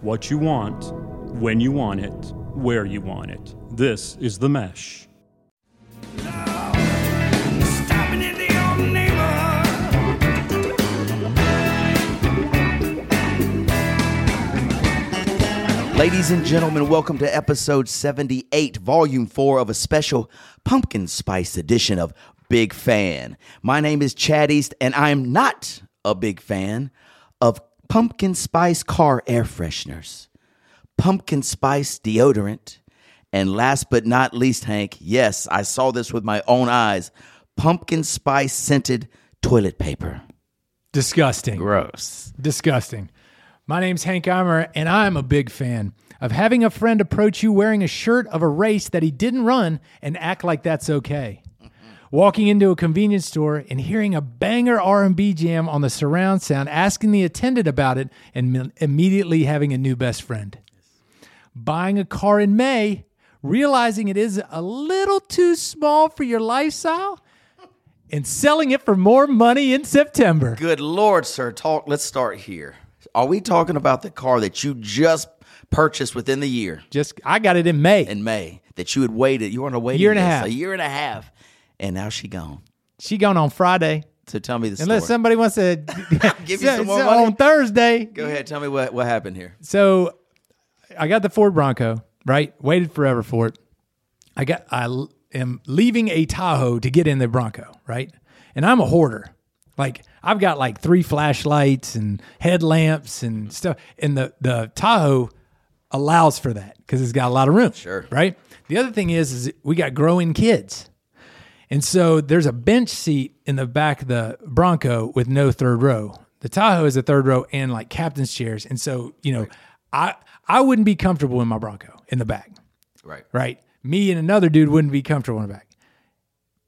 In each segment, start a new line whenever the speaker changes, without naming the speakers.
what you want, when you want it, where you want it. This is The Mesh.
Stopping in the old neighborhood.
Ladies and gentlemen, welcome to episode 78, volume 4 of a special pumpkin spice edition of Big Fan. My name is Chad East, and I'm not a big fan of pumpkin spice car air fresheners, pumpkin spice deodorant, and last but not least, Hank, yes, I saw this with my own eyes pumpkin spice scented toilet paper.
Disgusting.
Gross.
Disgusting. My name's Hank Eimer, and I'm a big fan of having a friend approach you wearing a shirt of a race that he didn't run and act like that's okay. Walking into a convenience store and hearing a banger R&B jam on the surround sound, asking the attendant about it, and mi- immediately having a new best friend. Buying a car in May, realizing it is a little too small for your lifestyle, and selling it for more money in September.
Good Lord, sir. Talk. Let's start here. Are we talking about the car that you just purchased within the year
Just I got it in May.
in May that you had waited? You were on a waiting
Year and a
list,
half.
A year and a half, and now she gone.
She gone on Friday.
So tell me the
Unless
story.
somebody wants to
Give you some more money?
on Thursday.
Go ahead. Tell me what what happened here.
So I got the Ford Bronco, right? Waited forever for it. I got I l- am leaving a Tahoe to get in the Bronco, right? And I'm a hoarder. Like I've got like three flashlights and headlamps and stuff. And the the Tahoe allows for that because it's got a lot of room.
Sure.
Right. The other thing is, is we got growing kids. And so there's a bench seat in the back of the Bronco with no third row. The Tahoe is a third row and like captain's chairs. And so, you know, I I wouldn't be comfortable in my Bronco in the back,
Right.
right? Me and another dude wouldn't be comfortable in the back.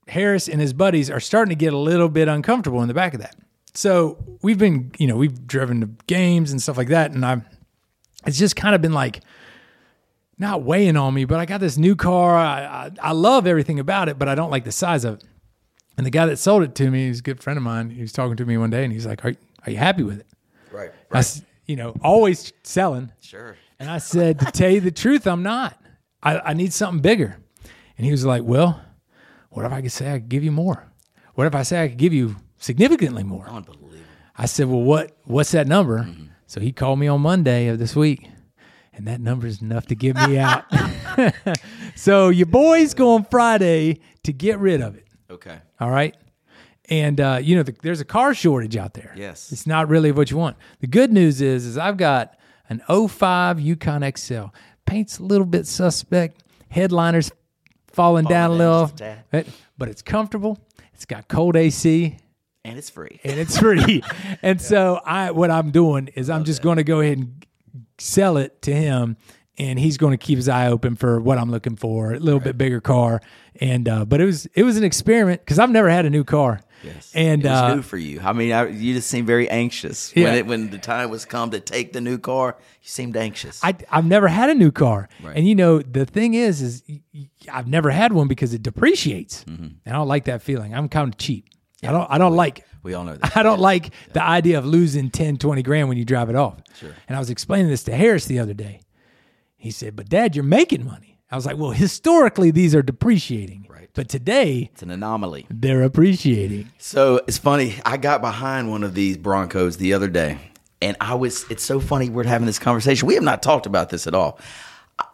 Harris and his buddies are starting to get a little bit uncomfortable in the back of that. So we've been, you know, we've driven to games and stuff like that, and I've it's just kind of been like not weighing on me, but I got this new car. I, I I love everything about it, but I don't like the size of it. And the guy that sold it to me, he's a good friend of mine. He was talking to me one day, and he's like, "Are are you happy with it?"
Right.
I s you know, always selling.
Sure.
And I said, to tell you the truth, I'm not. I, I need something bigger. And he was like, well, what if I could say I could give you more? What if I say I could give you significantly more?
Unbelievable.
I said, well, what what's that number? So he called me on Monday of this week, and that number is enough to get me out. so your boy's going Friday to get rid of it.
Okay.
All right. And uh, you know, the, there's a car shortage out there.
Yes.
it's not really what you want. The good news is, is I've got an 05 Yukon XL. Paint's a little bit suspect. Headliners falling, down a
down
little,
just a
but, but it's comfortable. It's got cold AC
And it's free.
and it's free. and so I, what I'm doing is I'm just going to go ahead and sell it to him, and he's going to keep his eye open for what I'm looking for, a little bit bigger car. And uh, but it was it was an experiment because I've never had a new car. Yes. And
it was
uh,
new for you. I mean, I, you just seemed very anxious
Yeah.
when it, when the time was come to take the new car. You seemed anxious.
I, I've never had a new car.
Right.
And you know, the thing is, is y- y- I've never had one because it depreciates. And I don't like that feeling. I'm kind of cheap. I don't, I don't like,
Mm-hmm. we all know that.
I don't like the idea of losing 10, 20 grand when you drive it off. Sure. And I was explaining this to Harris the other day. He said, but dad, you're making money. I was like, well, historically, these are depreciating.
Right.
But today,
It's an anomaly.
they're appreciating.
So it's funny. I got behind one of these Broncos the other day, and I was. It's so funny we're having this conversation. We have not talked about this at all.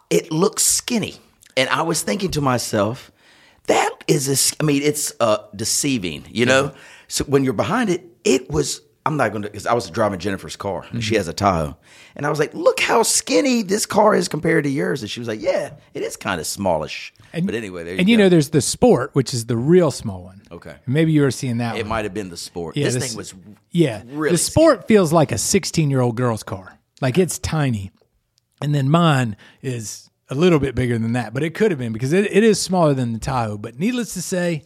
It looks skinny, and I was thinking to myself, that is. A, s- I mean, it's uh, deceiving. You know. So when you're behind it, it was. I'm not going to because I was driving Jennifer's car.
Mm-hmm.
and She has a Tahoe, and I was like, "Look how skinny this car is compared to yours." And she was like, "Yeah, it is kind of smallish." but anyway, there you
and
go.
you know, there's the sport, which is the real small one.
Okay.
Maybe you were seeing that
it
one.
might have been the sport.
Yeah,
this,
this-
thing was
Yeah.
really
the sport feels like a 16 year old girl's car. Like it's tiny. And then mine is a little bit bigger than that, but it could have been because it, it is smaller than the Tahoe. But needless to say,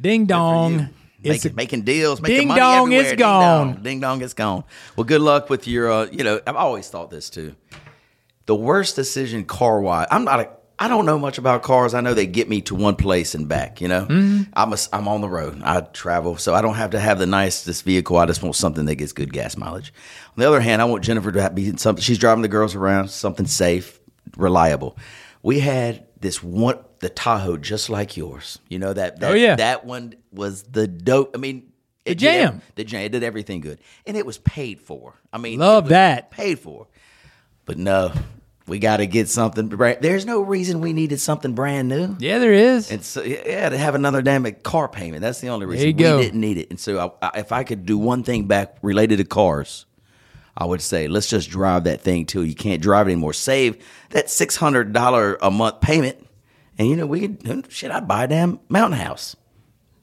ding dong. It's
making,
a-
making deals, making
Ding
money
dong,
everywhere.
it's
ding
gone.
Dong, ding dong, it's gone. Well, good luck with your. Uh, you know, I've always thought this too. The worst decision car wise. I'm not a. I don't know much about cars. I know they get me to one place and back. You know,
Mm-hmm.
I'm a, I'm on the road. I travel, so I don't have to have the nicest vehicle. I just want something that gets good gas mileage. On the other hand, I want Jennifer to be something. She's driving the girls around, something safe, reliable. We had this one, the Tahoe, just like yours. You know that. that
Oh, yeah.
that one was the dope. I mean. It did
jam.
ev- the jam. It did everything good, and it was paid for. I mean, it
Love
was
that.
paid for. But no, we got to get something. Brand- There's no reason we needed something brand new.
Yeah, there is.
And so, yeah, to have another damn car payment. That's the only reason
you
we
go.
didn't need it. And so, I, I, if I could do one thing back related to cars, I would say let's just drive that thing till you can't drive it anymore. Save that six hundred dollar a month payment, and you know we could shit. I'd buy a damn mountain house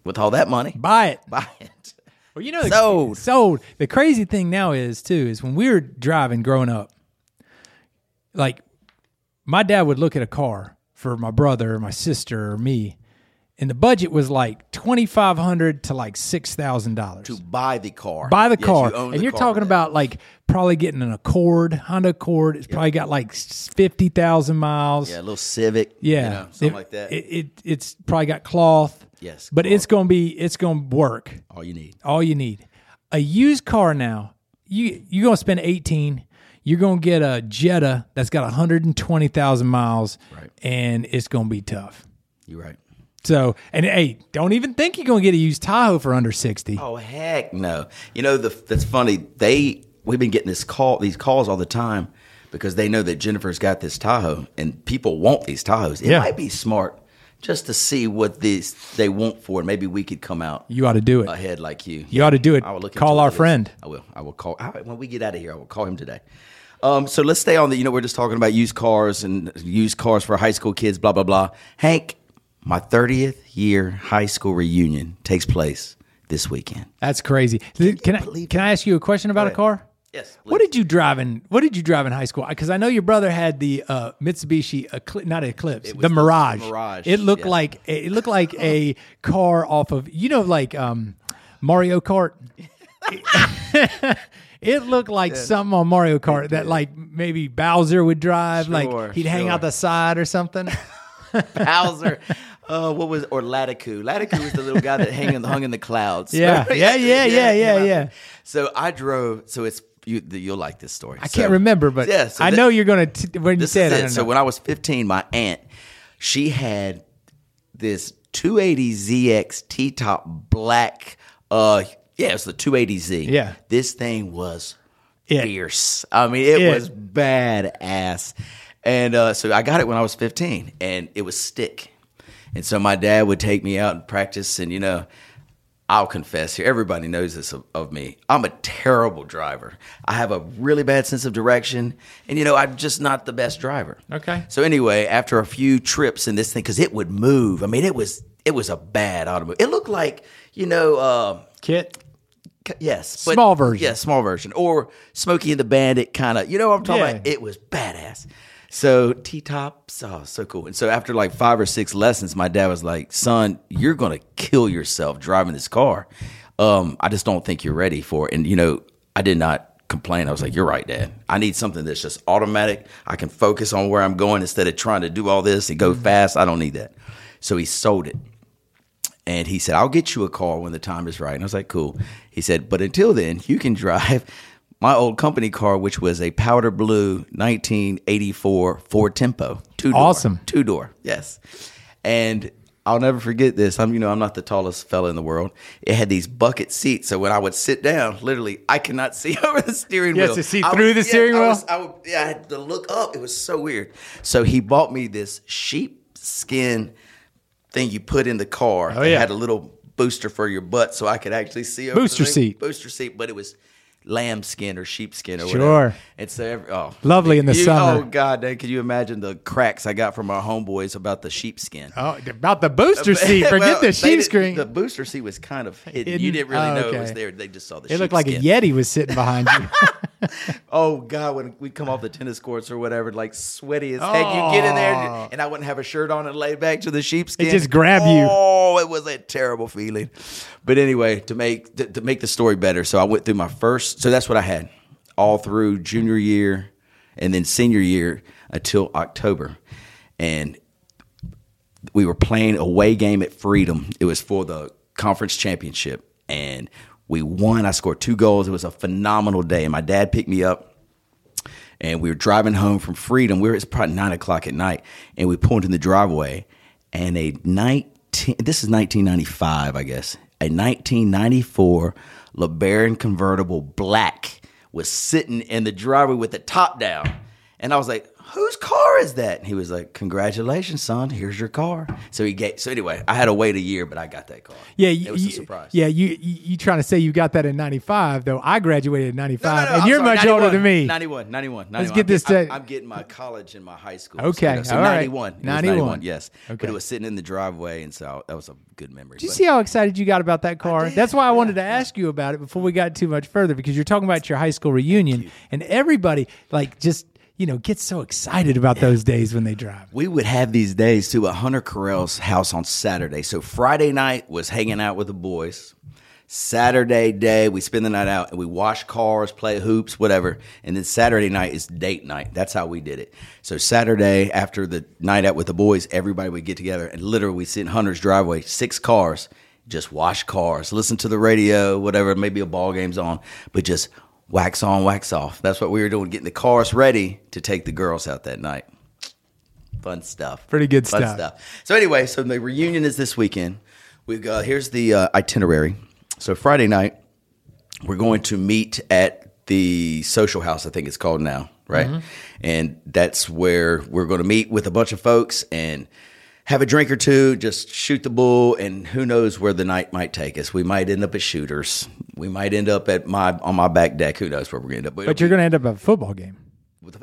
with all that money.
Buy it.
Buy it.
Well, you know, the,
Sold.
sold. The crazy thing now is too is when we were driving growing up, like my dad would look at a car for my brother, or my sister, or me, and the budget was like twenty five hundred to like six thousand dollars.
Buy the car.
Buy the
Yes, you
car,
own
and
the
you're
car
talking
with that.
about like probably getting an Accord, Honda Accord. It's probably got like fifty thousand miles.
yeah, a little Civic. you
Yeah,
know, something
It-
like that.
It, it it's probably got cloth.
Yes,
but
cloth.
it's gonna be it's gonna work.
all you need.
All you need a used car now. You you're gonna spend eighteen. You're gonna get a Jetta that's got hundred and twenty thousand miles,
Right.
and it's gonna be tough.
You're right.
So and hey, don't even think you're gonna get a used Tahoe for under sixty.
Oh heck no! You know the, that's funny. They we've been getting this call these calls all the time because they know that Jennifer's got this Tahoe and people want these Tahoes. It
Yeah.
might be smart just to see what these they want for, and maybe we could come out
You ought to do it.
ahead like you.
You ought to do it.
Uh, I will look
Call
into
our
it, yes.
friend.
I will. I will call I, when we get out of here. I will call him today. Um, so let's stay on the. You know, we're just talking about used cars and used cars for high school kids. Blah blah blah. Hank, my thirtieth year high school reunion takes place this weekend.
That's crazy. Can I
believe
can I ask you a question about a
ahead.
car?
Yes,
What
please.
did you drive in? What did you drive in high school? Because I know your brother had the uh, Mitsubishi, Ecl- not Eclipse, the
the
Mirage.
Mirage,
It looked
yeah.
like it looked like a car off of you know like um, Mario Kart. it looked like something on Mario Kart that like maybe Bowser would drive.
Sure,
like he'd hang
sure.
out the side or something.
Bowser. Uh, what was or Latiku? Latiku was the little guy that hang in, hung in the clouds.
Yeah. Yeah, yeah, yeah, yeah, yeah.
So I drove. So it's you. You'll like this story.
I can't remember, but
yeah, so
I
thi-
know you're gonna t- when you
This is
said it. I
it.
don't
So
know.
when I was 15, my aunt, she had this 280ZX T top black. Uh, yeah, it was the 280Z.
Yeah.
this thing was
It.
fierce. I mean, it,
It.
was badass. And uh, so I got it when I was 15, and it was stick. And so my dad would take me out and practice, and you know. I'll confess here, everybody knows this of, of me. I'm a terrible driver. I have a really bad sense of direction, and you know, I'm just not the best driver.
Okay.
So anyway, after a few trips in this thing, because it would move. I mean, it was it was a bad automobile. It looked like you know, uh,
Kit.
c- yes, but-
Small version.
yeah, small version, or Smokey and the Bandit kind of. You know what I'm talking
Yeah.
about? It was badass. So T tops, oh, so cool. And so after like five or six lessons, my dad was like, "Son, you're gonna kill yourself driving this car. Um, I just don't think you're ready for it." And you know, I did not complain. I was like, "You're right, Dad. I need something that's just automatic. I can focus on where I'm going instead of trying to do all this and go
Mm-hmm.
fast. I don't need that." So he sold it. And he said, I'll get you a car when the time is right. And I was like, cool. He said, but until then, you can drive my old company car, which was a powder blue 1984 Ford Tempo. Two door.
Awesome.
Two door. Yes. And I'll never forget this. I'm, you know, I'm not the tallest fella in the world. It had these bucket seats. So when I would sit down, literally, I could not see over the steering
You had
wheel.
to see
I
through the
yeah,
steering
I
wheel?
was- I would, yeah, I had to look up. It was so weird. So he bought me this sheepskin thing you put in the car.
Oh,
It
yeah.
had a little booster for your butt, so I could actually see over the
Booster
thing.
seat.
booster seat. But it was lambskin or sheepskin or
Sure.
whatever. And so every, oh,
Lovely in the
you-
summer.
Oh God, Dave, can you imagine the cracks I got from our homeboys about the sheepskin?
Oh, about the booster seat.
Well,
Forget
they
the sheep
did-
screen.
The booster seat was kind of hidden.
Hidden?
You didn't really
Oh,
know it was
okay.
there. They just saw the.
It looked like a
sheepskin.
Yeti was sitting behind you.
Oh God, when we come off the tennis courts or whatever, like sweaty as heck, you get in there, and I wouldn't have a shirt on and lay back to the sheepskin.
It just grab you.
Oh, it was a terrible feeling. But anyway, to make to, to make the story better, so I went through my first. So that's what I had all through junior year, and then senior year until October, and we were playing away game at Freedom. It was for the conference championship, and we won. I scored two goals. It was a phenomenal day, and my dad picked me up. And we were driving home from Freedom. We were it's probably nine o'clock at night, and we pulled in the driveway, and a nineteen. This is nineteen ninety five, I guess. A nineteen ninety four LeBaron convertible black was sitting in the driveway with the top down, and I was like, whose car is that? And he was like, congratulations, son. Here's your car. So he gave. So anyway, I had to wait a year, but I got that car.
Yeah,
it was
you,
a surprise.
Yeah, you, you you trying to say you got that in '95? Though I graduated in
No,
'95,
no, no,
and
I'm
you're
sorry,
much older
91,
than me.
91, 91,
Let's
91.
get this
I'm, I'm-
straight.
I'm getting my college and my high school.
Okay,
So
all right.
91. It was
91,
yes.
okay.
But it was sitting in the driveway, and so that was a good memory.
Did you
But-
see how excited you got about that car? That's why I wanted to ask you about it before we got too much further because you're talking about your high school reunion and everybody like just you know gets so excited about those days when they drive.
we would have these days too at Hunter Carell's house on Saturday. So Friday night was hanging out with the boys. Saturday day, we spend the night out and we wash cars, play hoops, whatever. And then Saturday night is date night. That's how we did it. So Saturday after the night out with the boys, everybody would get together and literally we sit in Hunter's driveway, six cars, just wash cars, listen to the radio, whatever, maybe a ball game's on, but just wax on, wax off. That's what we were doing, getting the cars ready to take the girls out that night fun stuff.
Pretty good
Fun
stuff.
So anyway, so the reunion is this weekend. We've got here's the uh, itinerary. So Friday night, we're going to meet at the social house. I think it's called now, right?
Mm-hmm.
And that's where we're going to meet with a bunch of folks and have a drink or two, just shoot the bull, and who knows where the night might take us. We might end up at Shooters. We might end up at my on my back deck. Who knows where we're going to end up?
But you're going to end up at a football game.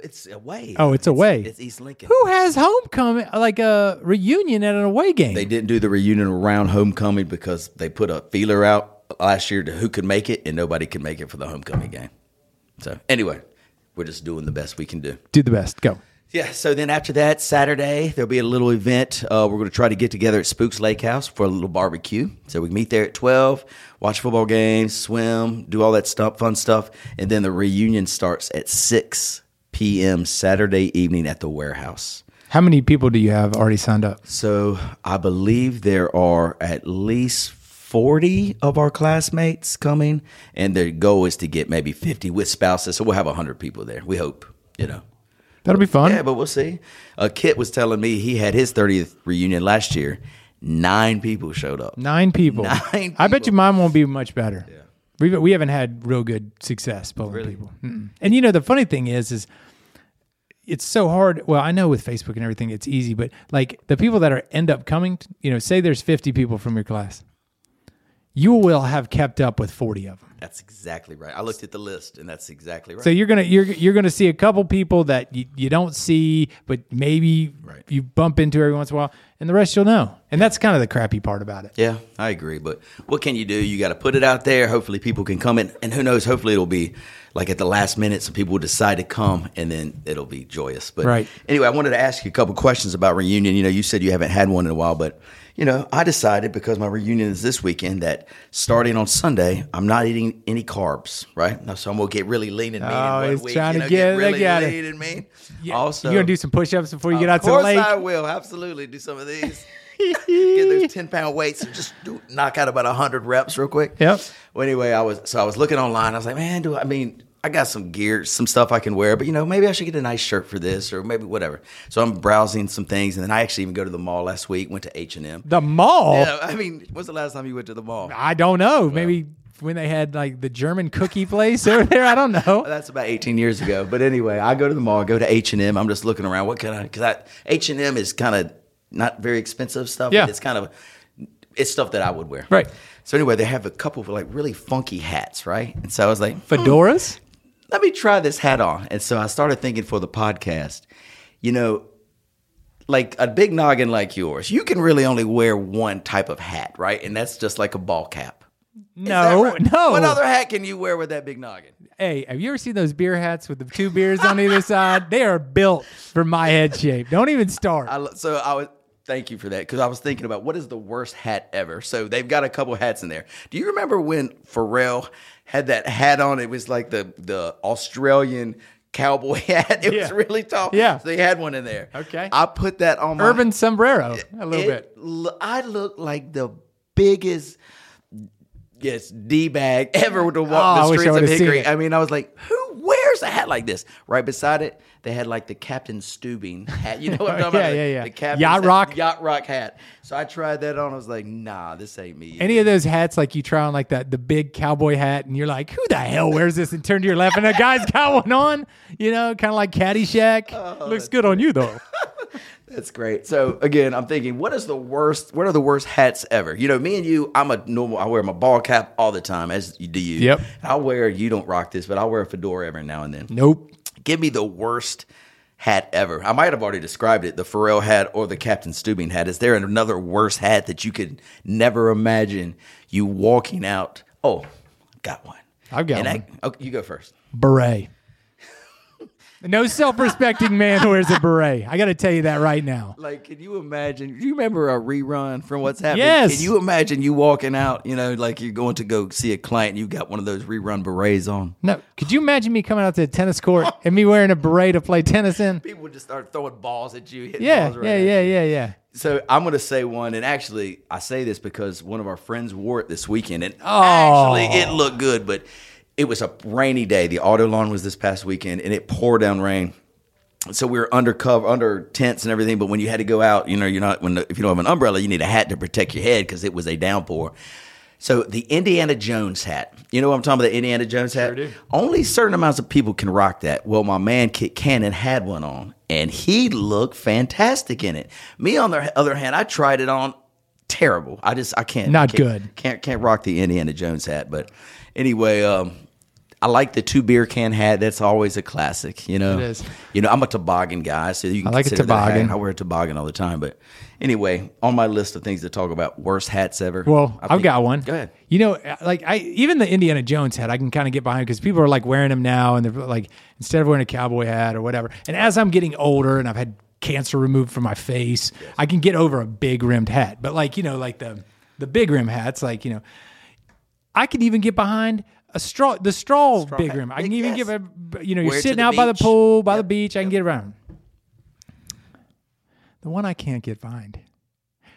it's away.
Oh, it's away.
It's East Lincoln.
Who has homecoming like a reunion at an away game?
They didn't do the reunion around homecoming because they put a feeler out last year to who could make it, and nobody could make it for the homecoming game. So anyway, we're just doing the best we can do.
Do the best. Go.
Yeah. So then after that Saturday, there'll be a little event. Uh, we're going to try to get together at Spooks Lake House for a little barbecue. So we meet there at twelve, watch football games, swim, do all that stuff, fun stuff, and then the reunion starts at six p.m. Saturday evening at the warehouse.
How many people do you have already signed up?
So I believe there are at least 40 of our classmates coming, and their goal is to get maybe 50 with spouses. So we'll have 100 people there. We hope, you know.
That'll be fun.
Yeah, but we'll see. Uh, Kit was telling me he had his 30th reunion last year. Nine people showed up.
Nine people.
Nine
I bet
people.
you mine won't be much better. Yeah. We've, we haven't had real good success pulling people. Mm-mm. And you know, the funny thing is, is it's so hard. Well, I know with Facebook and everything, it's easy, but like the people that are end up coming, t- you know, say there's 50 people from your class, you will have kept up with 40 of them.
That's exactly right. I looked at the list, and that's exactly right.
So you're gonna you're you're gonna see a couple people that you, you don't see, but maybe you bump into every once in a while, and the rest you'll know. And that's kind of the crappy part about it.
Yeah, I agree. But what can you do? You got to put it out there. Hopefully, people can come in, and who knows? Hopefully, it'll be like at the last minute, some people will decide to come, and then it'll be joyous. But
Right.
anyway, I wanted to ask you a couple questions about reunion. You know, you said you haven't had one in a while, but you know, I decided because my reunion is this weekend that starting on Sunday, I'm not eating any carbs. Right now, so I'm gonna get really lean and mean.
Oh,
in one
he's
week,
trying
you
to
know,
get it,
really
look at it.
lean and mean. also,
you're gonna do some push-ups before you get out
of
to the
course
lake.
I will absolutely do some of these. Get those ten pound weights and just do, knock out about hundred reps real quick.
Yep.
Well, anyway, I was so I was looking online. I was like, man, do I, I mean I got some gear, some stuff I can wear, but you know maybe I should get a nice shirt for this or maybe whatever. So I'm browsing some things, and then I actually even go to the mall last week. Went to H and M.
The mall.
Yeah, I mean, when's the last time you went to the mall?
I don't know. Maybe when they had like the German cookie place over there. I don't know.
That's about 18 years ago. But anyway, I go to the mall, I go to H&M. I'm just looking around. What can I, because H&M is kind of not very expensive stuff. but
Yeah.
It's kind of, it's stuff that I would wear.
Right.
So anyway, they have a couple of like really funky hats, right? And so I was like,
Fedoras.
let me try this hat on. And so I started thinking for the podcast, you know, like a big noggin like yours, you can really only wear one type of hat, right? And that's just like a ball cap. Is that
No,
right?
no.
What other hat can you wear with that big noggin?
Hey, have you ever seen those beer hats with the two beers on either side? They are built for my head shape. Don't even start.
I lo- so I was thank you for that because I was thinking about what is the worst hat ever. So they've got a couple hats in there. Do you remember when Pharrell had that hat on? It was like the the Australian cowboy hat. It was
Yeah.
really tall.
Yeah.
So they had one in there.
Okay.
I put that on my
Urban sombrero, a little bit.
it lo- I look like the biggest yes d bag ever to walk
Oh, I
the
wish I
streets of
would've seen
Hickory.
it.
I mean, I was like, who wears a hat like this? Right beside it, they had like the Captain Steubing hat. You know what I'm talking
Yeah,
about?
yeah, yeah.
The Captain's
Yacht
hat-
rock.
yacht rock hat. So I tried that on. I was like, nah, this ain't me.
Any of those hats like you try on like that the big cowboy hat and you're like, who the hell wears this? And turn to your left and a guy's got one on, you know, kind of like Caddyshack.
Oh,
Looks good on you though.
That's great. So again, I'm thinking, what is the worst? What are the worst hats ever? You know, me and you, I'm a normal. I wear my ball cap all the time, as you do you.
Yep.
I wear. You don't rock this, but I wear a fedora every now and then.
Nope.
Give me the worst hat ever. I might have already described it: the Pharrell hat or the Captain Steubing hat. Is there another worse hat that you could never imagine you walking out? Oh, got one.
I've got
And I-
one.
okay, you go first.
Beret. no self respecting man wears a beret. I gotta tell you that right now.
Like, can you imagine? Do you remember a rerun from what's happening?
Yes.
Can you imagine you walking out, you know, like you're going to go see a client and you got one of those rerun berets on?
No, could you imagine me coming out to the tennis court and me wearing a beret to play tennis in?
People would just start throwing balls at you. Hitting
Yeah,
balls right
yeah,
at
yeah, yeah, yeah.
So I'm going to say one, and actually, I say this because one of our friends wore it this weekend, and actually, it looked good, but it was a rainy day. The auto lawn was this past weekend, and it poured down rain. So we were undercover, under tents and everything. But when you had to go out, you know, you're not when if you don't have an umbrella, you need a hat to protect your head because it was a downpour. So the Indiana Jones hat, you know what I'm talking about? The Indiana Jones hat. Only certain amounts of people can rock that. Well, my man Kit Cannon had one on, and he looked fantastic in it. Me, on the other hand, I tried it on, terrible. I just I can't
Not
I can't-
good.
Can't can't rock the Indiana Jones hat. But anyway, um, I like the two beer can hat. That's always a classic. You know,
It is.
you know, I'm a toboggan guy, so you can
I like a
consider that
toboggan.
hat. I wear a toboggan all the time. But anyway, on my list of things to talk about, worst hats ever.
Well,
I
I've
think-
got one.
Go ahead.
You know, like I even the Indiana Jones hat, I can kind of get behind because people are like wearing them now, and they're like instead of wearing a cowboy hat or whatever. And as I'm getting older, and I've had cancer removed from my face, I can get over a big rimmed hat. But like you know, like the the big rim hats, like you know, I can even get behind a straw the straw, big
hat.
rim. I can
Big-
even
yes.
get a, you know you're
Wear it to
sitting
the
out by the
beach.
pool, by the
Yep.
beach. I can get around. The one I can't get behind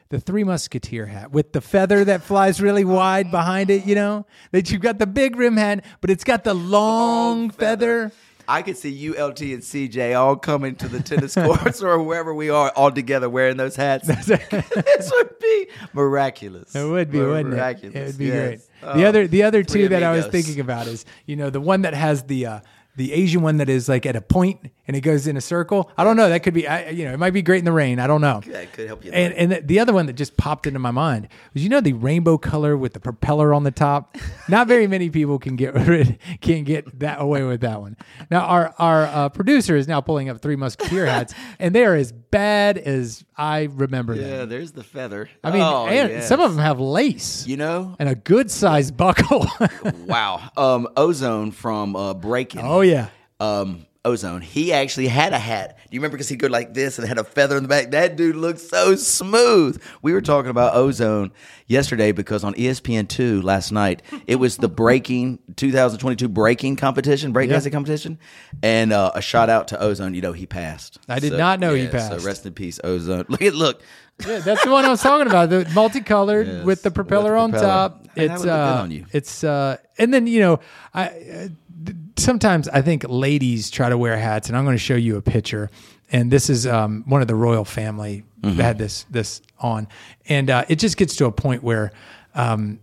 the Three Musketeer hat with the feather that flies really wide behind it, you know? That you've got the big rim hat, but it's got the long, feather.
I could see you, LT, and CJ all coming to the tennis courts or wherever we are, all together wearing those hats. this would be miraculous.
It would be, wouldn't
miraculous.
it? It would be
yes.
great.
Oh,
the other the other
three
two that I was
amigos.
thinking about is, you know, the one that has the uh the Asian one that is like at a point and it goes in a circle. I don't know. That could be, I, you know, it might be great in the rain. I don't know.
Yeah, it could help you in the
And,
rain.
and the- the other one that just popped into my mind was you know the rainbow color with the propeller on the top. Not very many people can get rid can get that away with that one. Now our our uh, producer is now pulling up three musketeer hats, and they are as bad as I remember
Yeah,
them.
there's the feather.
I mean,
Oh,
and
yes.
some of them have lace,
You know,
and a good sized buckle.
wow. Um, Ozone from uh, Breaking.
oh yeah,
um, Ozone. He actually had a hat. Do you remember? Because he'd go like this and had a feather in the back. That dude looked so smooth. We were talking about Ozone yesterday because on E ESPN2 last night, it was the breaking 2022 breaking competition, breakdancing
Yeah.
competition. And uh, a shout out to Ozone. You know, he passed.
I did not know he passed.
So rest in peace, Ozone. Look at, look.
yeah, that's the one I was talking about. The multicolored
Yes,
with the
with the
propeller on
propeller.
top.
Hey, that would look
it's
good
uh,
on you.
it's uh, and then you know, I uh, d- sometimes I think ladies try to wear hats, and I'm going to show you a picture. And this is um, one of the royal family that
Mm-hmm.
had this this on, and uh, it just gets to a point where. Um,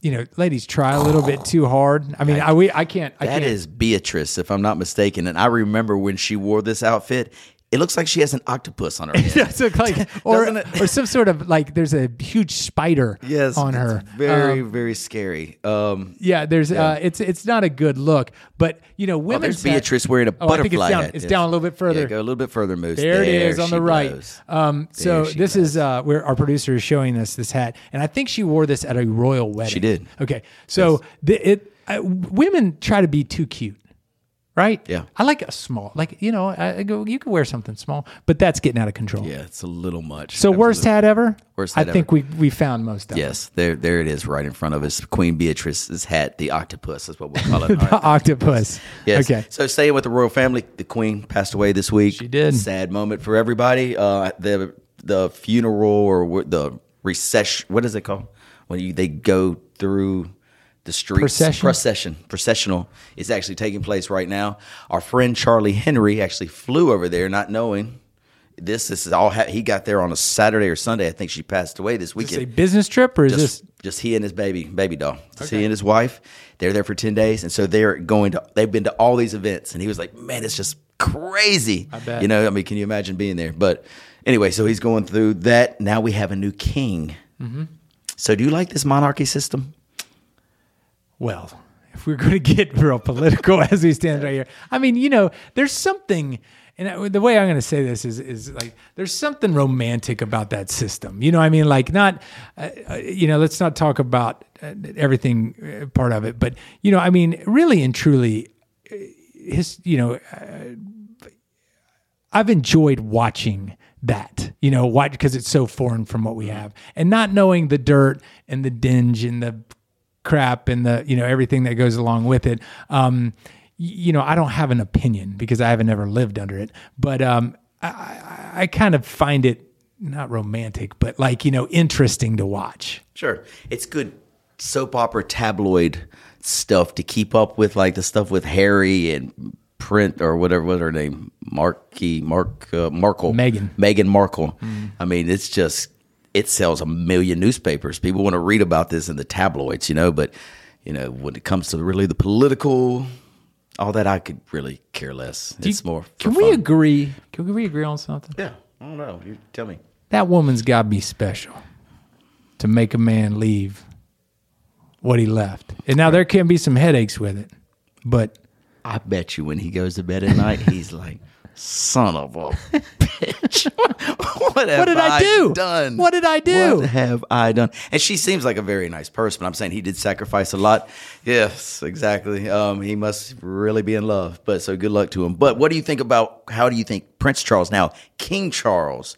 you know, ladies try a little bit too hard. I mean, I, we I can't. I
That
can't.
is Beatrice, if I'm not mistaken. And I remember when she wore this outfit, it looks like she has an octopus on her head.
That's what, like, or
Doesn't it-
or some sort of like. There's a huge spider
Yes,
on
it's
her.
Very,
Um,
very scary. Um,
Yeah, there's uh, it's it's not a good look, but you know, women.
there's Beatrice wearing a
oh, I think it's
butterfly
down,
hat.
It's
Yes.
down a little bit further.
yeah, go a little bit further, Moose.
there, it is on
she
the right.
blows.
Um, so
There she
this is uh, where our producer is showing us this hat, and I think she wore this at a royal wedding.
She did.
Okay, so the, it uh, women try to be too cute. right?
Yeah.
I like a small, like you know, I, I go, you could wear something small, but that's getting out of control.
Yeah, it's a little much.
So worst hat ever.
Worst
I
hat
think we we found most of it.
Yes, there there it is, right in front of us. Queen Beatrice's hat, the octopus is what we call it. All
The
right.
octopus.
Yes.
Okay.
So staying with the royal family, the Queen passed away this week. She
did.
Sad moment for everybody. Uh, the the funeral or wh- the recession. What is it called when you they go through the streets?
Procession?
Procession. Processional is actually taking place right now. Our friend Charlie Henry actually flew over there, not knowing. This this is all ha- he got there on a Saturday or Sunday. I think she passed away this
Is this a
weekend
business trip or is
just,
this?
just he and his baby baby doll. Just he and his wife. They're there for ten days, and so they're going to. They've been to all these events, and he was like, "Man, it's just crazy." I
bet.
You know, I mean, can you imagine being there? But anyway, so he's going through that. Now we have a new king.
Mm-hmm.
So, do you like this monarchy system?
Well, if we're going to get real political as we stand right here, I mean, you know, there's something, and I- the way I'm going to say this is, is like, there's something romantic about that system. You know, what I mean, like, not, uh, uh, you know, let's not talk about uh, everything uh, part of it, but you know, I mean, really and truly, uh, his, you know, I've enjoyed watching that, you know, why? Because it's so foreign from what we
Mm-hmm.
have, and not knowing the dirt and the dinge and the crap and the you know everything that goes along with it. Um, y- you know, I don't have an opinion because I haven't ever lived under it, but um, I, I, I kind of find it not romantic, but like you know, interesting to watch.
Sure. It's good soap opera tabloid stuff to keep up with, like the stuff with Harry and Print or whatever, what her name, Marky, Mark, uh, Markle,
Meghan. Mm-hmm.
Meghan Markle. I mean, it's just it sells a million newspapers. People want to read about this in the tabloids, you know. But you know, when it comes to really the political, all that, I could really care less. it's more. For
Can we
fun.
agree? Can we agree on something?
Yeah, I don't know. You tell me.
that woman's got to be special to make a man leave what he left. And now there can be some headaches with it, but
I bet you when he goes to bed at night, he's like, "Son of a bitch, what, have
did I do?
Done?
What did I do?
What have I done?" And she seems like a very nice person. But I'm saying he did sacrifice a lot. Yes, exactly. Um, he must really be in love. But so good luck to him. But what do you think about? How do you think Prince Charles now, King Charles,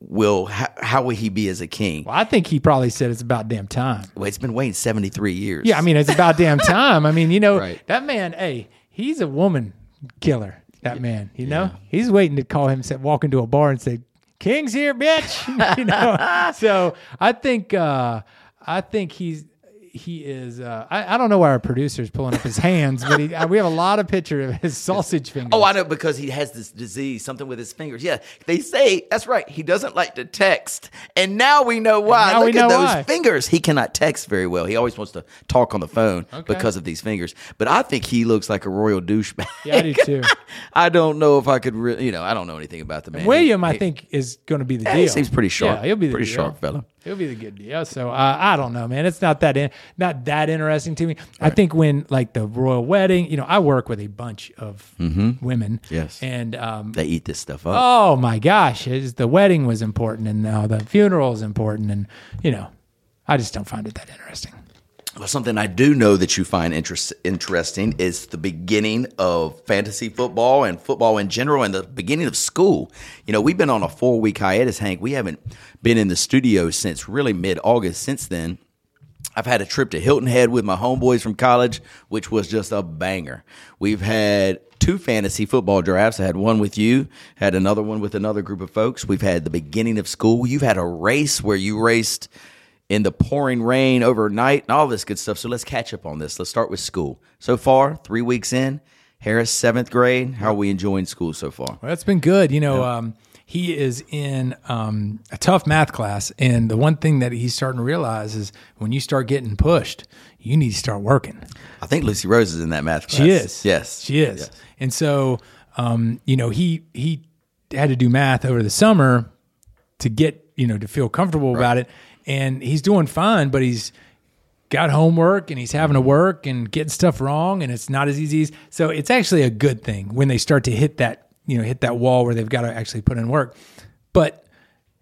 will? How, how will he be as a king?
well, I think he probably said it's about damn time.
Well, it's been waiting 73 years.
Yeah, I mean, it's about damn time. I mean, you know,
Right.
that man, hey, he's a woman killer, that man, you know? He's waiting to call him, sit- walk into a bar and say, King's here, bitch. you know? So I think, uh, I think he's, he is, uh, I, I don't know why our producer's pulling up his hands, but he, uh, we have a lot of picture of his sausage fingers.
Oh, I know because he has this disease, something with his fingers. Yeah, they say that's right. He doesn't like to text, and now we know why.
now we
Look at
know
those
why.
fingers. He cannot text very well. He always wants to talk on the phone because of these fingers. But I think he looks like a royal douchebag.
Yeah, I do too.
I don't know if I could. Re- you know, I don't know anything about the man.
William,
He-
I
he-
think, is going to be the
Yeah,
deal.
he seems pretty sharp.
Yeah, he'll be the
pretty
deal.
sharp fella.
It'll be the good deal. So uh, I don't know, man. It's not that in, not that interesting to me. I think when like the royal wedding, you know, I work with a bunch of women.
Mm-hmm. Yes.
and um,
They eat this stuff up.
oh my gosh, it is, the wedding was important, and now the funeral is important, and you know, I just don't find it that interesting.
Well, something I do know that you find interest, interesting is the beginning of fantasy football and football in general and the beginning of school. You know, we've been on a four week hiatus, Hank. We haven't been in the studio since really mid August since then. I've had a trip to Hilton Head with my homeboys from college, which was just a banger. We've had two fantasy football drafts. I had one with you, had another one with another group of folks. We've had the beginning of school. You've had a race where you raced in the pouring rain overnight and all this good stuff. So let's catch up on this. Let's start with school. So far, three weeks in, Harris, seventh grade. How are we enjoying school so far?
Well, that's been good. You know, um, he is in um, a tough math class, and the one thing that he's starting to realize is when you start getting pushed, you need to start working.
I think Lucy Rose is in that math class.
She is.
Yes.
she is. And so, um, you know, he he had to do math over the summer to get you know to feel comfortable about it, and he's doing fine, but he's got homework and he's having to work and getting stuff wrong, and it's not as easy. as So it's actually a good thing when they start to hit that you know hit that wall where they've got to actually put in work, but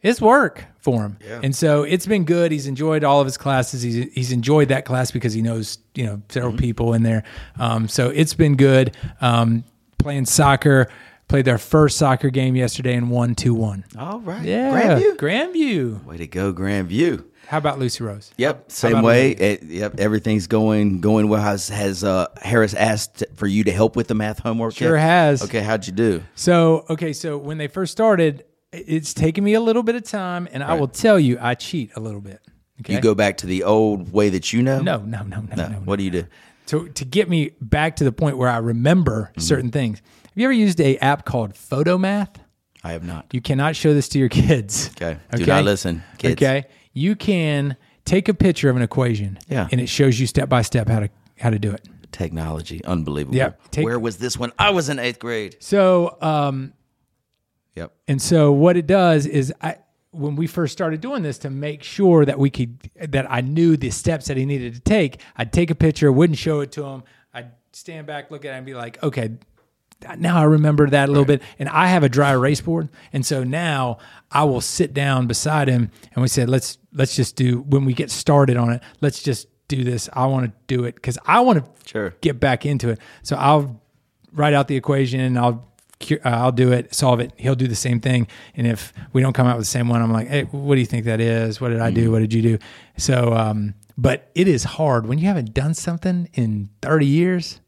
it's work for him. And so it's been good. He's enjoyed all of his classes. He's, he's enjoyed that class because he knows, you know, several
Mm-hmm.
people in there. Um, so it's been good. Um, playing soccer, played their first soccer game yesterday and won 2 1.
All right.
Yeah.
Grandview.
Grandview.
Way to go, Grandview.
How about Lucy Rose?
Yep, same way. It- yep, everything's going going well. Has has uh, Harris asked for you to help with the math homework?
Sure
yet?
has.
Okay, how'd you do?
So, okay, so when they first started, it's taken me a little bit of time, and I will tell you, I cheat a little bit. Okay?
You go back to the old way that you know.
No, no, no, no, no. no.
What do you do?
To, to get me back to the point where I remember
Mm-hmm.
certain things. Have you ever used a app called Photomath?
I have not.
You cannot show this to your kids.
Okay. Do not listen, kids.
Okay. You can take a picture of an equation.
Yeah.
And it shows you step by step how to how to do it.
Technology, unbelievable.
Yep. Take-
Where was this when I was in eighth grade?
So um,
Yep.
And so what it does is I when we first started doing this to make sure that we could that I knew the steps that he needed to take, I'd take a picture, wouldn't show it to him. I'd stand back, look at it and be like, "Okay, now I remember that a little bit." And I have a dry erase board, and so now I will sit down beside him and we said, "Let's let's just do when we get started on it, let's just do this. I want to do it cuz I want to
Sure.
get back into it. So I'll write out the equation and I'll cu- uh, I'll do it, solve it. He'll do the same thing. And if we don't come out with the same one, I'm like, hey, what do you think that is? What did I
Mm.
do? What did you do? So, um, but it is hard when you haven't done something in 30 years.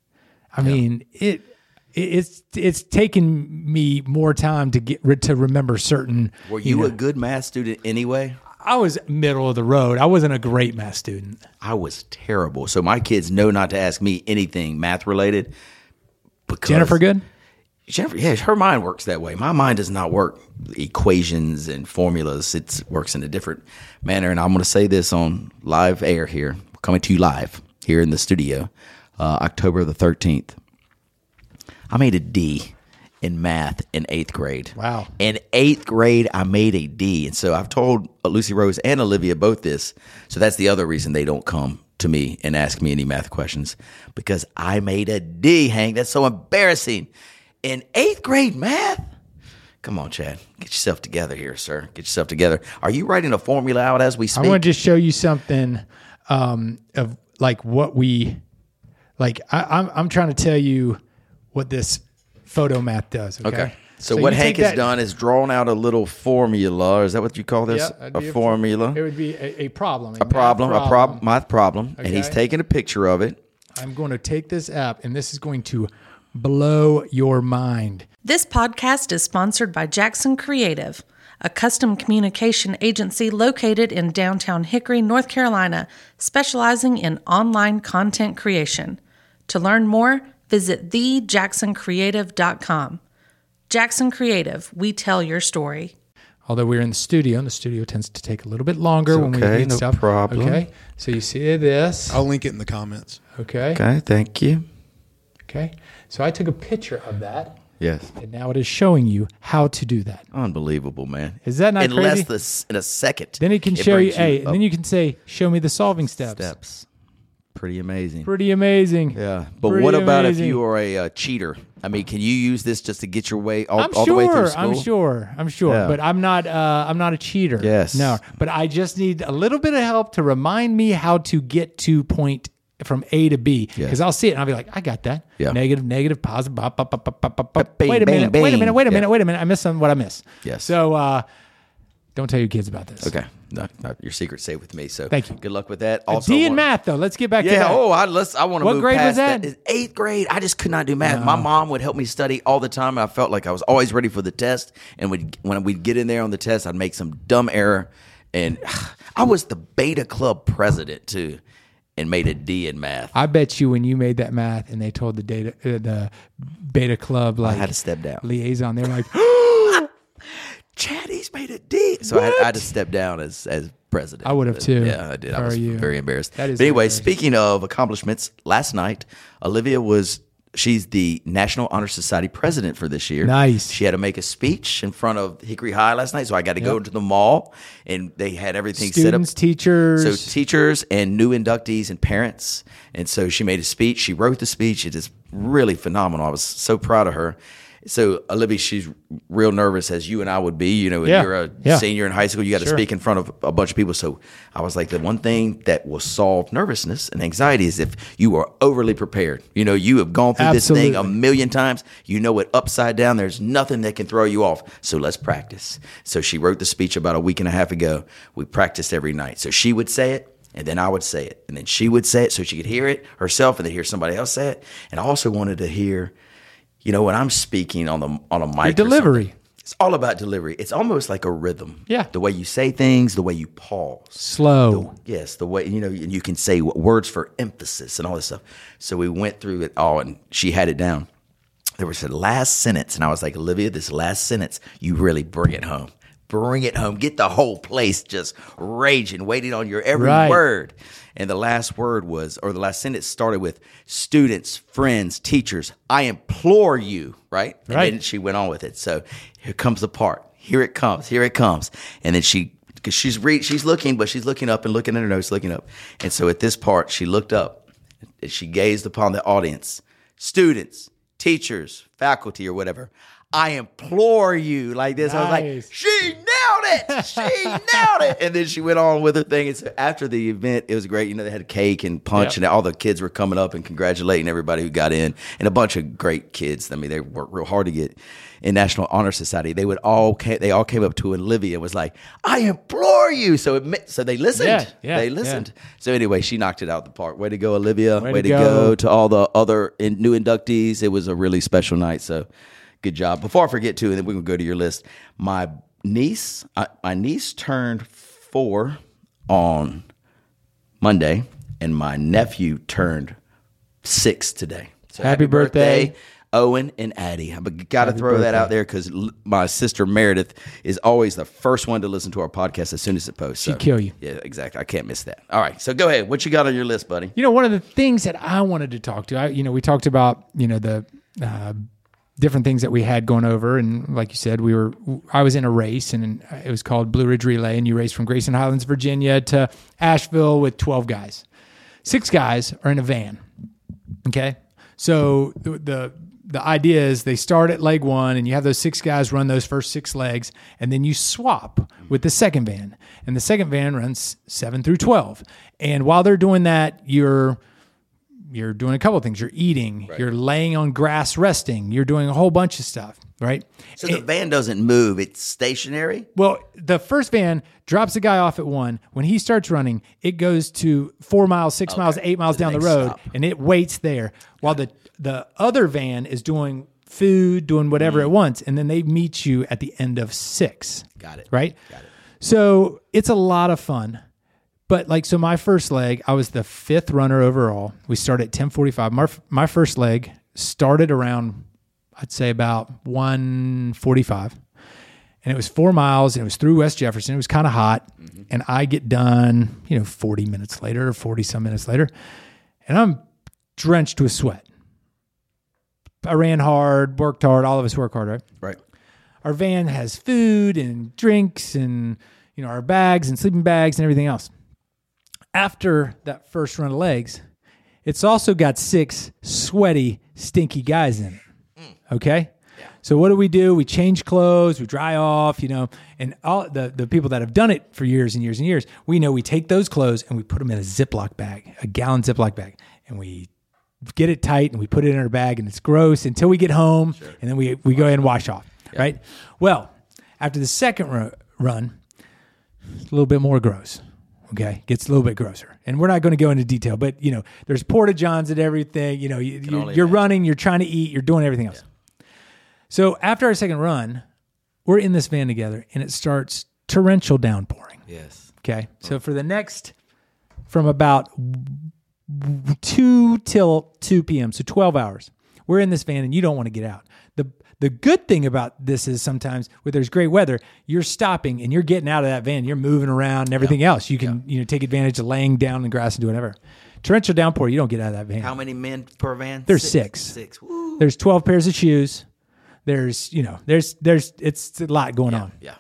I mean, it. it- It's it's taken me more time to get to remember certain.
Were you a good math student anyway?
I was middle of the road. I wasn't a great math student.
I was terrible. So my kids know not to ask me anything math related. Because
Jennifer, good.
Jennifer, yeah, her mind works that way. My mind does not work equations and formulas. It works in a different manner. And I'm going to say this on live air here, coming to you live here in the studio, uh, October the 13th. I made a D in math in eighth grade.
Wow.
In eighth grade, I made a D. And so I've told Lucy Rose and Olivia both this. So that's the other reason they don't come to me and ask me any math questions because I made a D, Hank. That's so embarrassing. In eighth grade math? Come on, Chad. Get yourself together here, sir. Get yourself together. Are you writing a formula out as we speak?
I want to just show you something um, of like what we like. I, I'm I'm trying to tell you what this photo math does. Okay.
Okay. So, what
you take
Hank has
that-
done is drawn out a little formula. Is that what you call this?
Yeah, that'd
a
be a-
formula.
It would be a, a problem. A, math
problem, a prob- math problem, and he's
Okay.
taking a picture of it.
I'm going to take this app, and this is going to blow your mind.
This podcast is sponsored by Jackson Creative, a custom communication agency located in downtown Hickory, North Carolina, specializing in online content creation. To learn more, visit thejacksoncreative.com. Jackson Creative, we tell your story.
Although we're in the studio, and the studio tends to take a little bit longer when we
okay,
read
no
stuff.
problem. Oh.
Okay. So you see this.
I'll link it in the comments.
Okay.
Okay, thank you.
Okay. So I took a picture of that.
Yes,
And now it is showing you how to do that.
unbelievable, man.
Is that not
in less
crazy?
than s- in a second?
Then it can show you,
brings
hey,
up
and then you can say, show me the solving steps.
steps. Pretty amazing.
Pretty amazing.
yeah, but
Pretty
what about
amazing.
if you are a uh, cheater? I mean, can you use this just to get your way all,
I'm
all
sure.
the way through school?
I'm sure. I'm sure.
Yeah.
But I'm not. Uh, I'm not a cheater.
Yes.
No. But I just need a little bit of help to remind me how to get to point from A to B. Because I'll see it and I'll be like, I got that.
Yeah.
Negative, negative, positive. Bop, bop, bop, bop, bop, bop, bop.
Bing,
wait a
bang,
minute. Wait a
bing.
minute. Wait a
Yeah.
minute. Wait a minute. I missed some. What I missed.
Yes.
So uh, don't tell your kids about this.
Okay, no, no, your secret's safe with me. So
Thank you.
Good luck with that.
A
Also,
D in
want-
math though. Let's get back to
Yeah.
that.
Oh, I let's. I want to.
What
move
grade was
past
that?
It's Eighth grade. I just could not do math. My mom would help me study all the time. and I felt like I was always ready for the test. And would when we'd get in there on the test, I'd make some dumb error. And I was the beta club president too, and made a D in math.
I bet you when you made that math and they told the data uh, the beta club like
had to step down.
liaison, they're like,
Chad, he's made a D. So I had, I had to step down as as president.
I would have
But,
too.
Yeah, I did. I
How
was
are you?
very embarrassed.
That is
but anyway,
embarrassing.
speaking of accomplishments, last night Olivia was. She's the National Honor Society president for this year.
Nice.
She had to make a speech in front of Hickory High last night, so I got to go to the mall, and they had everything
students,
set up.
teachers.
So teachers and new inductees and parents. And so she made a speech. She wrote the speech. It is really phenomenal. I was so proud of her. So Olivia, she's real nervous as you and I would be. You know, when
Yeah.
you're a
Yeah.
senior in high school, you got to
Sure.
speak in front of a bunch of people. So I was like, the one thing that will solve nervousness and anxiety is if you are overly prepared. You know, you have gone through this thing a
Absolutely.
million times. You know it upside down. There's nothing that can throw you off. So let's practice. So she wrote the speech about a week and a half ago. We practiced every night. So she would say it, and then I would say it, and then she would say it so she could hear it herself and then hear somebody else say it. And I also wanted to hear, you know, when I'm speaking on the on a mic, or something,
delivery.
It's all about delivery. It's almost like a rhythm.
Yeah.
The way you say things, the way you pause.
Slow.
Yes, the way you know, and you can say w- words for emphasis and all this stuff. So we went through it all, and she had it down. There was the last sentence, and I was like, Olivia, this last sentence, you really bring it home. Bring it home. Get the whole place just raging, waiting on your every
Right.
word. And the last word was, or the last sentence started with, students, friends, teachers, I implore you, right? And
Right.
then she went on with it. So here comes the part. Here it comes. Here it comes. And then she, because she's re- she's looking, but she's looking up and looking at her notes, looking up. And so at this part, she looked up and she gazed upon the audience, students, teachers, faculty, or whatever. I implore you, like this. I was
Nice.
like, she nailed it. She nailed it. And then she went on with her thing. And so after the event, it was great. You know, they had cake and punch, and all the kids were coming up and congratulating everybody who got in, and a bunch of great kids. I mean, they worked real hard to get in National Honor Society. They would all came, they all came up to Olivia and was like, "I implore you." So it meant, so they listened.
Yeah, yeah,
they
yeah.
listened. So anyway, she knocked it out the park. Way to go, Olivia. Way,
to
to
go.
go. to all the other in, new inductees. It was a really special night. So good job. Before I forget too, and then we're gonna go to your list. My niece, I, my niece turned four on Monday, and my nephew turned six today. So
Happy birthday.
Owen and Addie. I've got to throw that out there because my sister Meredith is always the first one to listen to our podcast as soon as it posts. She'd
kill you.
Yeah, exactly. I can't miss that. All right, so go ahead. What you got on your list, buddy?
You know, one of the things that I wanted to talk to, I, you know, we talked about, you know, the uh, different things that we had going over, and like you said, we were, I was in a race, and it was called Blue Ridge Relay, and you raced from Grayson Highlands, Virginia, to Asheville with twelve guys. Six guys are in a van. Okay, so the. the the idea is they start at leg one and you have those six guys run those first six legs and then you swap with the second van and the second van runs seven through 12 and while they're doing that you're you're doing a couple of things. You're eating, you're laying on grass resting, you're doing a whole bunch of stuff, right?
So
Eh.
the van doesn't move; it's stationary.
Well, the first van drops a guy off at one. When he starts running, it goes to four miles, six miles, eight miles down the
next
road,
stop.
and it waits there while the the other van is doing food, doing whatever
Mm.
it wants, and then they meet you at the end of six.
Got it.
Right. Got it. So it's a lot of fun. But like, so my first leg, I was the fifth runner overall. We started at 1045. My, my first leg started around, I'd say about 145 and it was four miles and it was through West Jefferson. It was kind of hot. And I get done, you know, 40 minutes later or 40 some minutes later, and I'm drenched with sweat. I ran hard, worked hard. All of us work hard, right?
Right.
Our van has food and drinks and, you know, our bags and sleeping bags and everything else. After that first run of legs, it's also got six sweaty, stinky guys in it. Okay? So what do we do? We change clothes, we dry off, you know, and all the, the people that have done it for years and years and years, we know we take those clothes and we put them in a Ziploc bag, a gallon Ziploc bag, and we get it tight and we put it in our bag and it's gross until we get home and then we, we go ahead and wash off, right? Well, after the second ru- run, it's a little bit more gross. Okay, gets a little bit grosser, and we're not going to go into detail, but you know, there's porta johns and everything. You know, you, you're,
only
you're
imagine.
running, you're trying to eat, you're doing everything else. So after our second run, we're in this van together, and it starts torrential downpouring.
Yes.
Okay. So for the next, from about w- 2 till 2 p.m., so 12 hours, we're in this van and you don't want to get out. The, the good thing about this is sometimes when there's great weather, you're stopping and you're getting out of that van, you're moving around and everything else. You can, you know, take advantage of laying down in the grass and doing whatever. Torrential downpour, you don't get out of that van.
How many men per van?
There's six.
Six. Woo.
There's 12 pairs of shoes. There's, you know, there's, there's, it's a lot going on.
Yeah.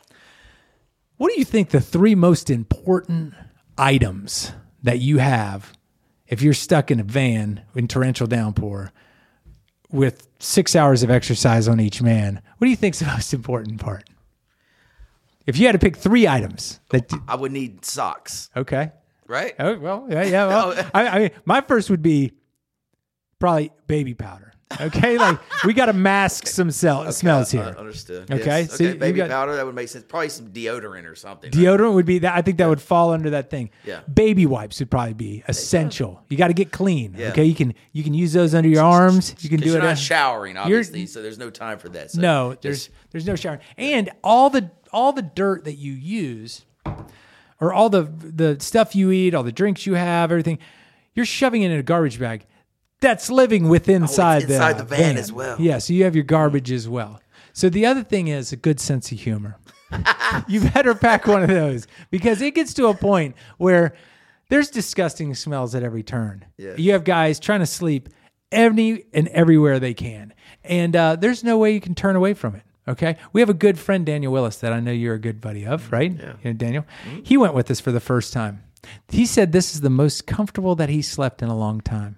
What do you think the three most important items that you have if you're stuck in a van in torrential downpour with six hours of exercise on each man, what do you think's the most important part? If you had to pick three items, that
I would need socks,
okay,
right?
oh well, yeah, yeah. Well, I, I mean, my first would be probably baby powder. Okay, like we got to mask some sell- smells here.
Understood.
Okay,
Yes.
so
okay.
you
baby
got-
powder that would make sense. Probably some deodorant or something. right?
Deodorant would be that. I think that would fall under that thing.
Yeah.
Baby wipes would probably be essential. You got to get clean.
Yeah.
Okay. You can you can use those under your arms. You can
'Cause
do
you're
it.
not
at-
showering, obviously, so there's no time for that. So
no,
just-
there's there's no shower. And all the all the dirt that you use, or all the the stuff you eat, all the drinks you have, everything, you're shoving it in a garbage bag. That's living within inside, the,
Oh, inside the van as well.
Yeah, so you have your garbage as well. So the other thing is a good sense of humor. you better pack one of those because it gets to a point where there's disgusting smells at every turn. You have guys trying to sleep any and everywhere they can, and uh, there's no way you can turn away from it. Okay, we have a good friend Daniel Willis that I know you're a good buddy of, right? Yeah, Daniel.
Mm-hmm.
He went with us for the first time. He said this is the most comfortable that he slept in a long time.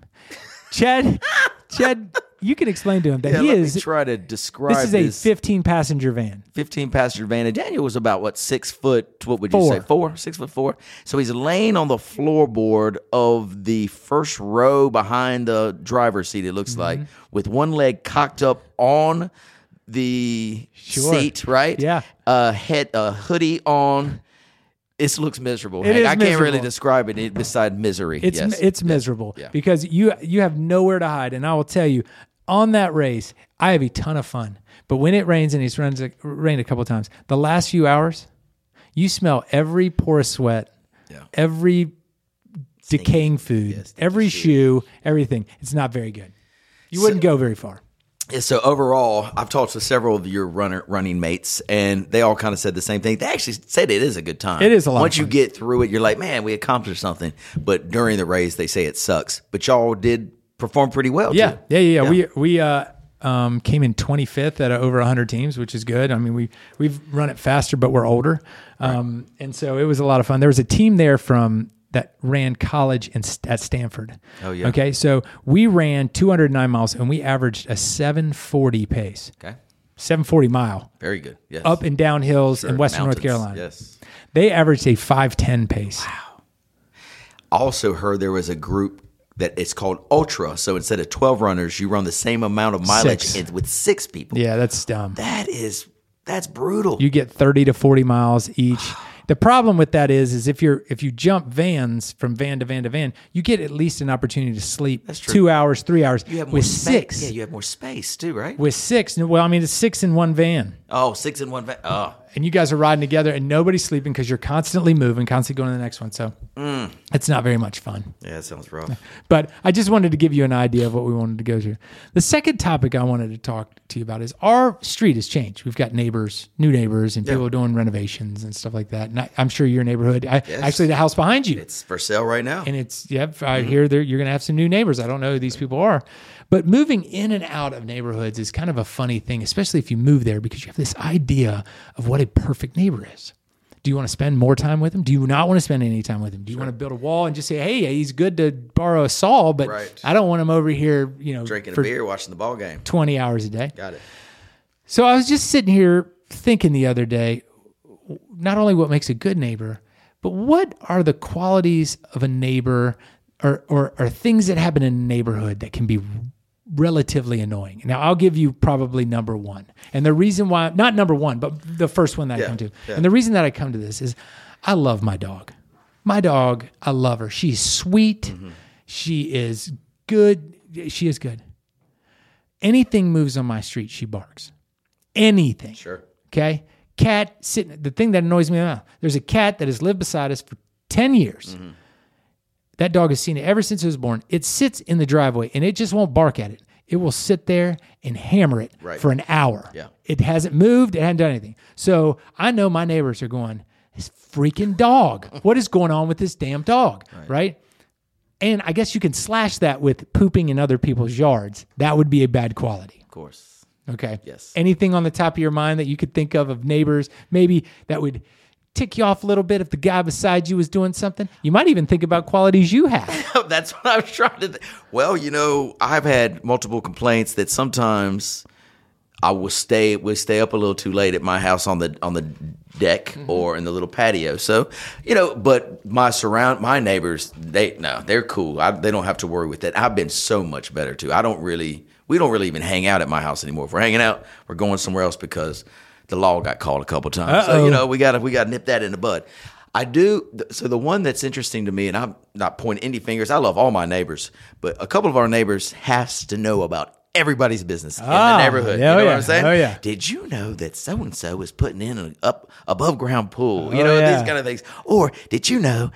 Chad, Chad, you can explain to him that
Yeah,
he
let
is.
me try to describe
This is a
this
15 passenger van.
15 passenger van. And Daniel was about what six foot? What would you
Four.
say? Four, six foot four. So he's laying on the floorboard of the first row behind the driver's seat. It
Mm-hmm.
looks like with one leg cocked up on the
Sure.
seat, right?
Yeah.
Uh, head a hoodie on. It looks miserable. Hank.
is
I can't really
miserable.
describe it it- beside misery.
It's
yes.
it's miserable
Yeah.
because you you have nowhere to hide. And I will tell you, on that race, I have a ton of fun. But when it rains, and it's runs uh, rained a couple of times, the last few hours, you smell every pore of sweat,
Yeah.
every decaying food,
stinky
every shoe, everything. It's not very good. You wouldn't go very far.
Yeah, so overall, I've talked to several of your runner running mates, and they all kind of said the same thing. They actually said it is a good time.
It is a lot of
Once you
fun.
get through it, you're like, man, we accomplished something. But during the race, they say it sucks. But y'all did perform pretty well.
Yeah,
too.
yeah, yeah, yeah. We we uh, um, came in 25th at over 100 teams, which is good. I mean, we we've run it faster, but we're older, um, and so it was a lot of fun. There was a team there from that ran college in, St- at Stanford.
Oh, yeah.
Okay, so we ran 209 miles, and we averaged a 740 pace,
Okay.
740 mile
Very good. Yes.
up and down hills in
Sure.
western North
Mountains.
Carolina.
Yes.
They averaged a 510 pace.
Also heard there was a group that it's called Ultra. So instead of 12 runners, you run the same amount of mileage
Six.
in- with six people.
Yeah, that's dumb.
That is that's brutal.
you get 30 to 40 miles each the problem with that is is if you're if you jump vans from van to van to van you get at least an opportunity to sleep
true.
two hours three hours
You have more
with
spa-
six
Yeah, you have more space too, right?
with six well i mean it's six in one van
oh, six in one. Va- oh.
and you guys are riding together and nobody's sleeping because you're constantly moving constantly going to the next one so
Mm.
it's not very much fun
Yeah, that sounds rough.
but I just wanted to give you an idea of what we wanted to go to. The second topic I wanted to talk to you about is our street has changed. We've got neighbors, new neighbors, and people doing renovations and stuff like that. And I, I'm sure your neighborhood, I, actually, the house behind you,
It's for sale right now.
and it's yep.
Mm-hmm.
I hear there you're going to have some new neighbors. I don't know who these people are, but moving in and out of neighborhoods is kind of a funny thing, especially if you move there because you have this idea of what a perfect neighbor is. Do you want to spend more time with them? Do you not want to spend any time with them? Do you want to build a wall and just say, "Hey, he's good to borrow a saw, but
Right.
I don't want him over here, you know,
Drinking
for
a beer, watching the ball game.
twenty hours a day."
Got it.
So I was just sitting here thinking the other day, not only what makes a good neighbor, but what are the qualities of a neighbor or, or, or things that happen in a neighborhood that can be relatively annoying? Now, I'll give you probably number one. And the reason why, not number one, but the first one that I come to. And the reason that I come to this is I love my dog. My dog, I love her. She's sweet. She is good. She is good. Anything moves on my street, she barks. Anything.
Sure.
Okay. Cat sitting, the thing that annoys me now, there's a cat that has lived beside us for 10 years. That dog has seen it ever since it was born. It sits in the driveway and it just won't bark at it. It will sit there and hammer it
Right.
for an hour.
Yeah.
It hasn't moved. It hasn't done anything. So I know my neighbors are going, this freaking dog. what is going on with this damn dog? right? And I guess you can slash that with pooping in other people's yards. That would be a bad quality.
Of course.
Okay.
Yes.
Anything on the top of your mind that you could think of of neighbors, maybe that would tick you off a little bit if the guy beside you was doing something. You might even think about qualities you have.
That's what I was trying to. Th- well, you know, I've had multiple complaints that sometimes I will stay will stay up a little too late at my house on the on the deck or in the little patio. So, you know, but my surround my neighbors they no they're cool. I, they don't have to worry with that. I've been so much better too. I don't really we don't really even hang out at my house anymore. If we're hanging out, we're going somewhere else because the law got called a couple times. So you know we got to we got to nip that in the bud. I do. th- So the one that's interesting to me, and I'm not pointing any fingers. I love all my neighbors, but a couple of our neighbors has to know about everybody's business in the
Ah,
neighborhood.
yeah,
you know
oh
what
yeah,
I'm saying?
oh yeah.
Did you know that so and so is putting in an up above ground pool? You
Oh,
know
yeah.
these kind of things. Or did you know?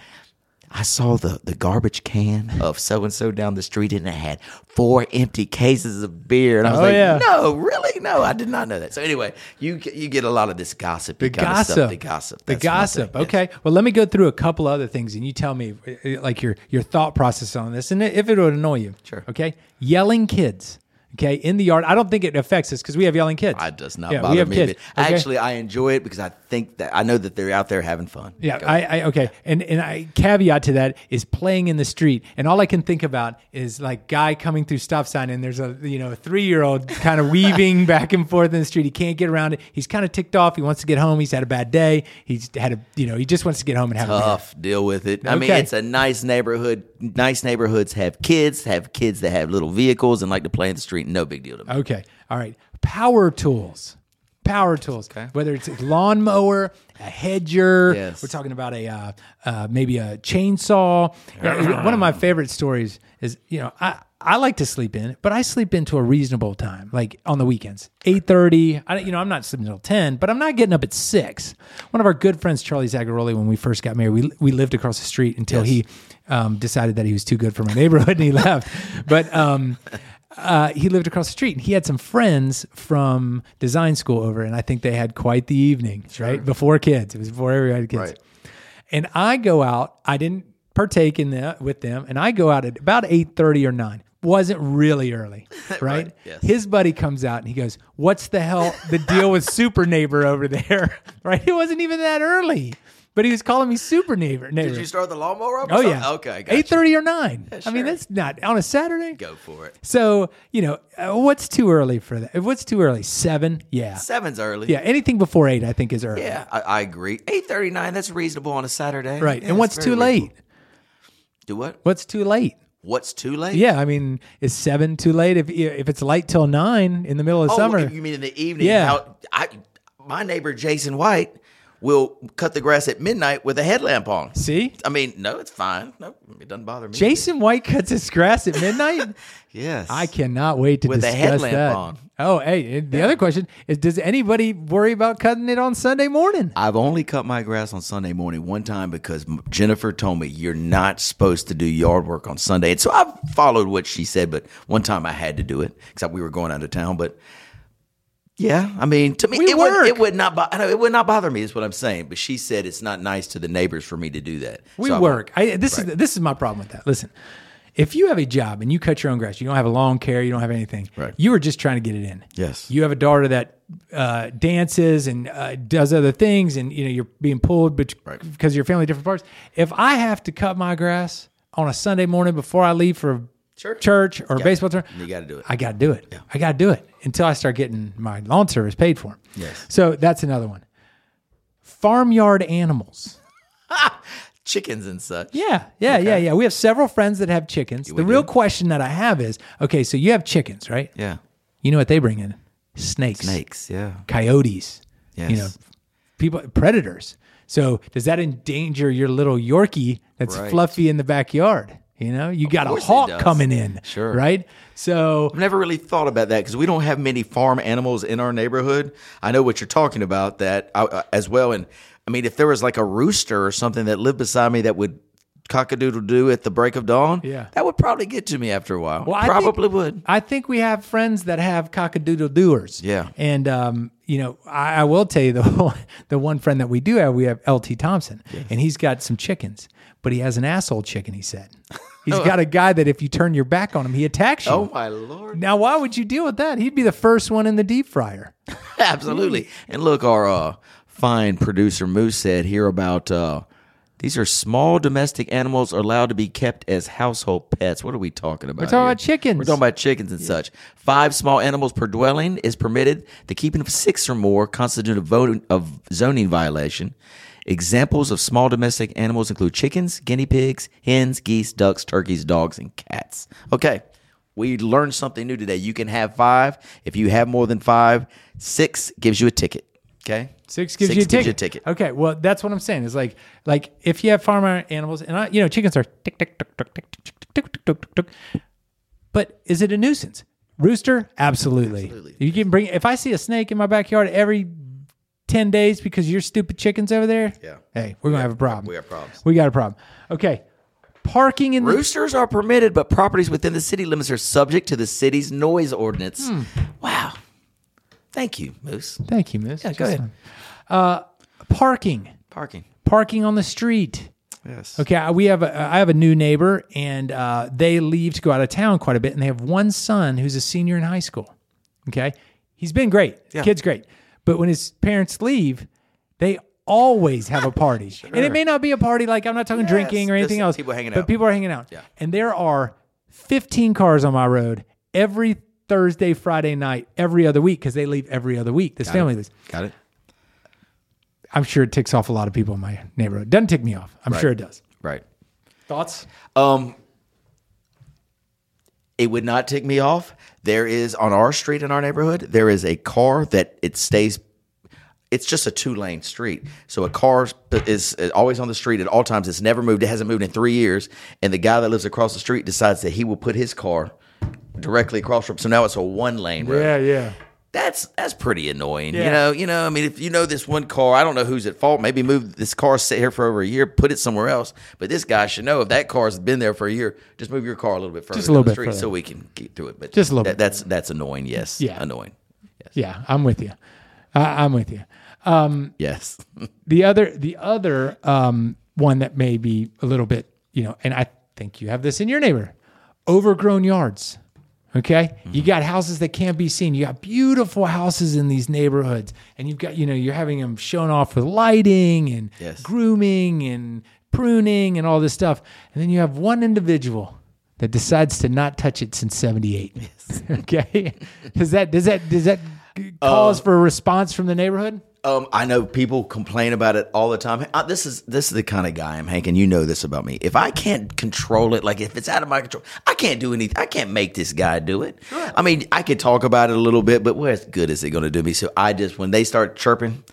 I saw the, the garbage can of so and so down the street and it had four empty cases of beer. And I was
Oh,
like,
yeah.
no, really? No, I did not know that. So, anyway, you get- you get a lot of this gossip.
The gossip.
The gossip. That's my
The
thing.
gossip.
Yes.
Okay. Well, let me go through a couple other things and you tell me eh, like your your thought process on this and if it would annoy you.
Sure.
Okay. Yelling kids. Okay. In the yard. I don't think it affects us because we have yelling kids.
It does not
Yeah, we
bother
have
me.
kids.
a bit.
Okay?
Actually, I enjoy it because I think that I know that they're out there having fun.
Yeah,
Go.
I, I okay, and and I caveat to that is playing in the street, and all I can think about is like guy coming through stop sign, and there's a you know three year old kind of weaving back and forth in the street. He can't get around it. He's kind of ticked off. He wants to get home. He's had a bad day. He's had a you know he just wants to get home and have a beer.
tough. Deal with it. I mean,
Okay.
it's a nice neighborhood. Nice neighborhoods have kids, have kids that have little vehicles and like to play in the street. No big deal to me.
Okay. All right. Power tools. Power tools. Whether it's a lawnmower, a hedger,
Yes.
we're talking about a uh, uh, maybe a chainsaw. Yeah, One of my favorite stories is you know I I like to sleep in, but I sleep in to a reasonable time, like on the weekends, eight thirty. I you know I'm not sleeping until ten, but I'm not getting up at six. One of our good friends, Charlie Zagaroli, when we first got married, we we lived across the street until he um, decided that he was too good for my neighborhood and he left. But um, uh, he lived across the street and he had some friends from design school over and i think they had quite the evening right before kids it was before everybody had kids
Right.
and i go out i didn't partake in that with them and i go out at about 8.30 or 9 wasn't really early right,
yes.
his buddy comes out and he goes what's the hell the deal with super neighbor over there right it wasn't even that early but he was calling me super neighbor neighbor
Did you start the lawnmower up? or
oh
something?
yeah
Okay. Gotcha.
8.30 or 9 i mean
sure.
that's not on a saturday
Go for it.
so you know, uh, what's too early for that? What's too early? Seven? Yeah,
Seven's early.
yeah. Anything before eight, I think, is early.
Yeah, I, I agree. Eight thirty nine. That's reasonable on a Saturday.
Right.
Yeah,
and what's
that's
too
very
late?
reasonable. Do what?
What's too late?
What's too late?
Yeah, I mean, is seven too late? If if it's light till nine in the middle of
Oh,
summer,
you mean in the evening?
Yeah.
How, I, my neighbor Jason White will cut the grass at midnight with a headlamp on.
see,
I mean, no, it's fine. No, it doesn't bother me.
Jason White cuts his grass at midnight.
Yes.
I cannot wait to
With a
discuss
headlamp
that.
on.
Oh, hey, and the other question is: Does anybody worry about cutting it on Sunday morning?
I've only cut my grass on Sunday morning one time because M- Jennifer told me you're not supposed to do yard work on Sunday. And so I followed what she said, but one time I had to do it because we were going out of town. But yeah, I mean, to me,
We
it would, it
work.
would not bo- I know, it would not bother me, is what I'm saying. But she said it's not nice to the neighbors for me to do that.
We
So I'm-
work. I, this is this is my problem with that. Listen, if you have a job and you cut your own grass, you don't have a lawn care, you don't have anything.
Right.
You are just trying to get it in.
Yes.
You have a daughter that uh, dances and uh, does other things, and you know you're being pulled bet-
Right.
because of your family different parts. If I have to cut my grass on a Sunday morning before I leave for
Sure.
church or baseball tournament,
You gotta do it.
I got to do it. I got to do it until I start getting my lawn service paid for.
Yes.
So that's another one. Farmyard animals.
chickens and such.
Yeah, yeah, yeah, yeah. We have several friends that have chickens. the real question that I have is okay, so you have chickens, right?
Yeah.
You know what they bring in? Snakes,
Snakes. Yeah.
coyotes, you
Yes.
know, people, predators. So does that endanger your little Yorkie that's
Right.
fluffy in the backyard? You know, you got a
course it
hawk
does.
coming in.
Sure.
Right? So,
I've never really thought about that because we don't have many farm animals in our neighborhood. I know what you're talking about that uh, as well. And I mean, if there was like a rooster or something that lived beside me that would cock a doodle doo at the break of dawn,
Yeah.
that would probably get to me after a while.
Well, I
probably
think-
would.
I think we have friends that have cockadoodle doers.
Yeah.
And um, you know, I, I will tell you the one, the one friend that we do have, we have LT Thompson, and he's got some chickens, but he has an asshole chicken. He said he's got a guy that if you turn your back on him, he attacks you.
Oh my lord!
Now, why would you deal with that? He'd be the first one in the deep fryer.
Absolutely. And look, our uh, fine producer Moose said here about uh, these are small domestic animals allowed to be kept as household pets. What are we talking about? We're
talking about chickens.
We're talking about chickens and such. Five small animals per dwelling is permitted. The keeping of six or more constitutes a vote of zoning violation. Examples of small domestic animals include chickens, guinea pigs, hens, geese, ducks, turkeys, dogs, and cats. Okay. We learned something new today. You can have five. If you have more than five, six gives you a ticket. Okay.
Six gives, you, a ticket. Okay, well that's what I'm saying. Is like like if you have farm animals and I, you know chickens are tick tick tick tick tick tick tick tick tick tick tick. But is it a nuisance? Rooster, absolutely. You can bring if I see a snake in my backyard every ten days because your stupid chickens over there.
Yeah.
Hey, we're gonna have a problem.
we have problems.
We got a problem. Okay. Parking in the
Roosters are permitted, but properties within the city limits are subject to the city's noise ordinance.
Hmm.
Wow. Thank you, Moose.
Thank you, Miss. Uh,
Yeah, go ahead.
Parking.
Parking.
Parking on the street.
Yes.
Okay, I- we have a, I have a new neighbor, and uh, they leave to go out of town quite a bit, and they have one son who's a senior in high school. Okay, he's been great, kid's great, but when his parents leave, they always have a party, and it may not be a party like I'm not talking drinking or
this-
anything else.
people hanging
but
out.
people are hanging out, yeah. and there are 15 cars on my road every Thursday, Friday night, every other week because they leave every other week. This family leaves.
Got it.
I'm sure it ticks off a lot of people in my neighborhood. Doesn't tick me off. I'm sure it does.
Right.
Thoughts?
Um, it would not tick me off. There is on our street in our neighborhood, there is a car that it stays. It's just a two lane street, so a car is is always on the street at all times. It's never moved. It hasn't moved in three years. And the guy that lives across the street decides that he will put his car directly across from. So now it's a one lane road
yeah.
that's that's pretty annoying.
Yeah.
You know, you know. I mean, if you know this one car, I don't know who's at fault. Maybe move this car, sit here for over a year, put it somewhere else. But this guy should know if that car's been there for a year, just move your car a little bit further,
Just a little
down the
bit
street
further.
so we can get through it. But
Just a little
that-
bit.
That's that's annoying. Yes,
Yeah.
annoying.
Yeah, I'm with you. I I'm with you.
Yes,
The other, the other um, one that may be a little bit, you know, and I think you have this in your neighbor, overgrown yards. Okay, you got houses that can't be seen. You got beautiful houses in these neighborhoods, and you've got, you know, you're having them shown off with lighting and
Yes.
grooming and pruning and all this stuff, and then you have one individual that decides to not touch it since '78. okay, does that does that does that cause for a response from the neighborhood?
um, I know people complain about it all the time. Uh, this is this is the kind of guy I'm, Hank, and you know this about me. If I can't control it, like if it's out of my control, I can't do anything. I can't make this guy do it. I mean, I could talk about it a little bit, but what good is it going to do me? So I just when they start chirping,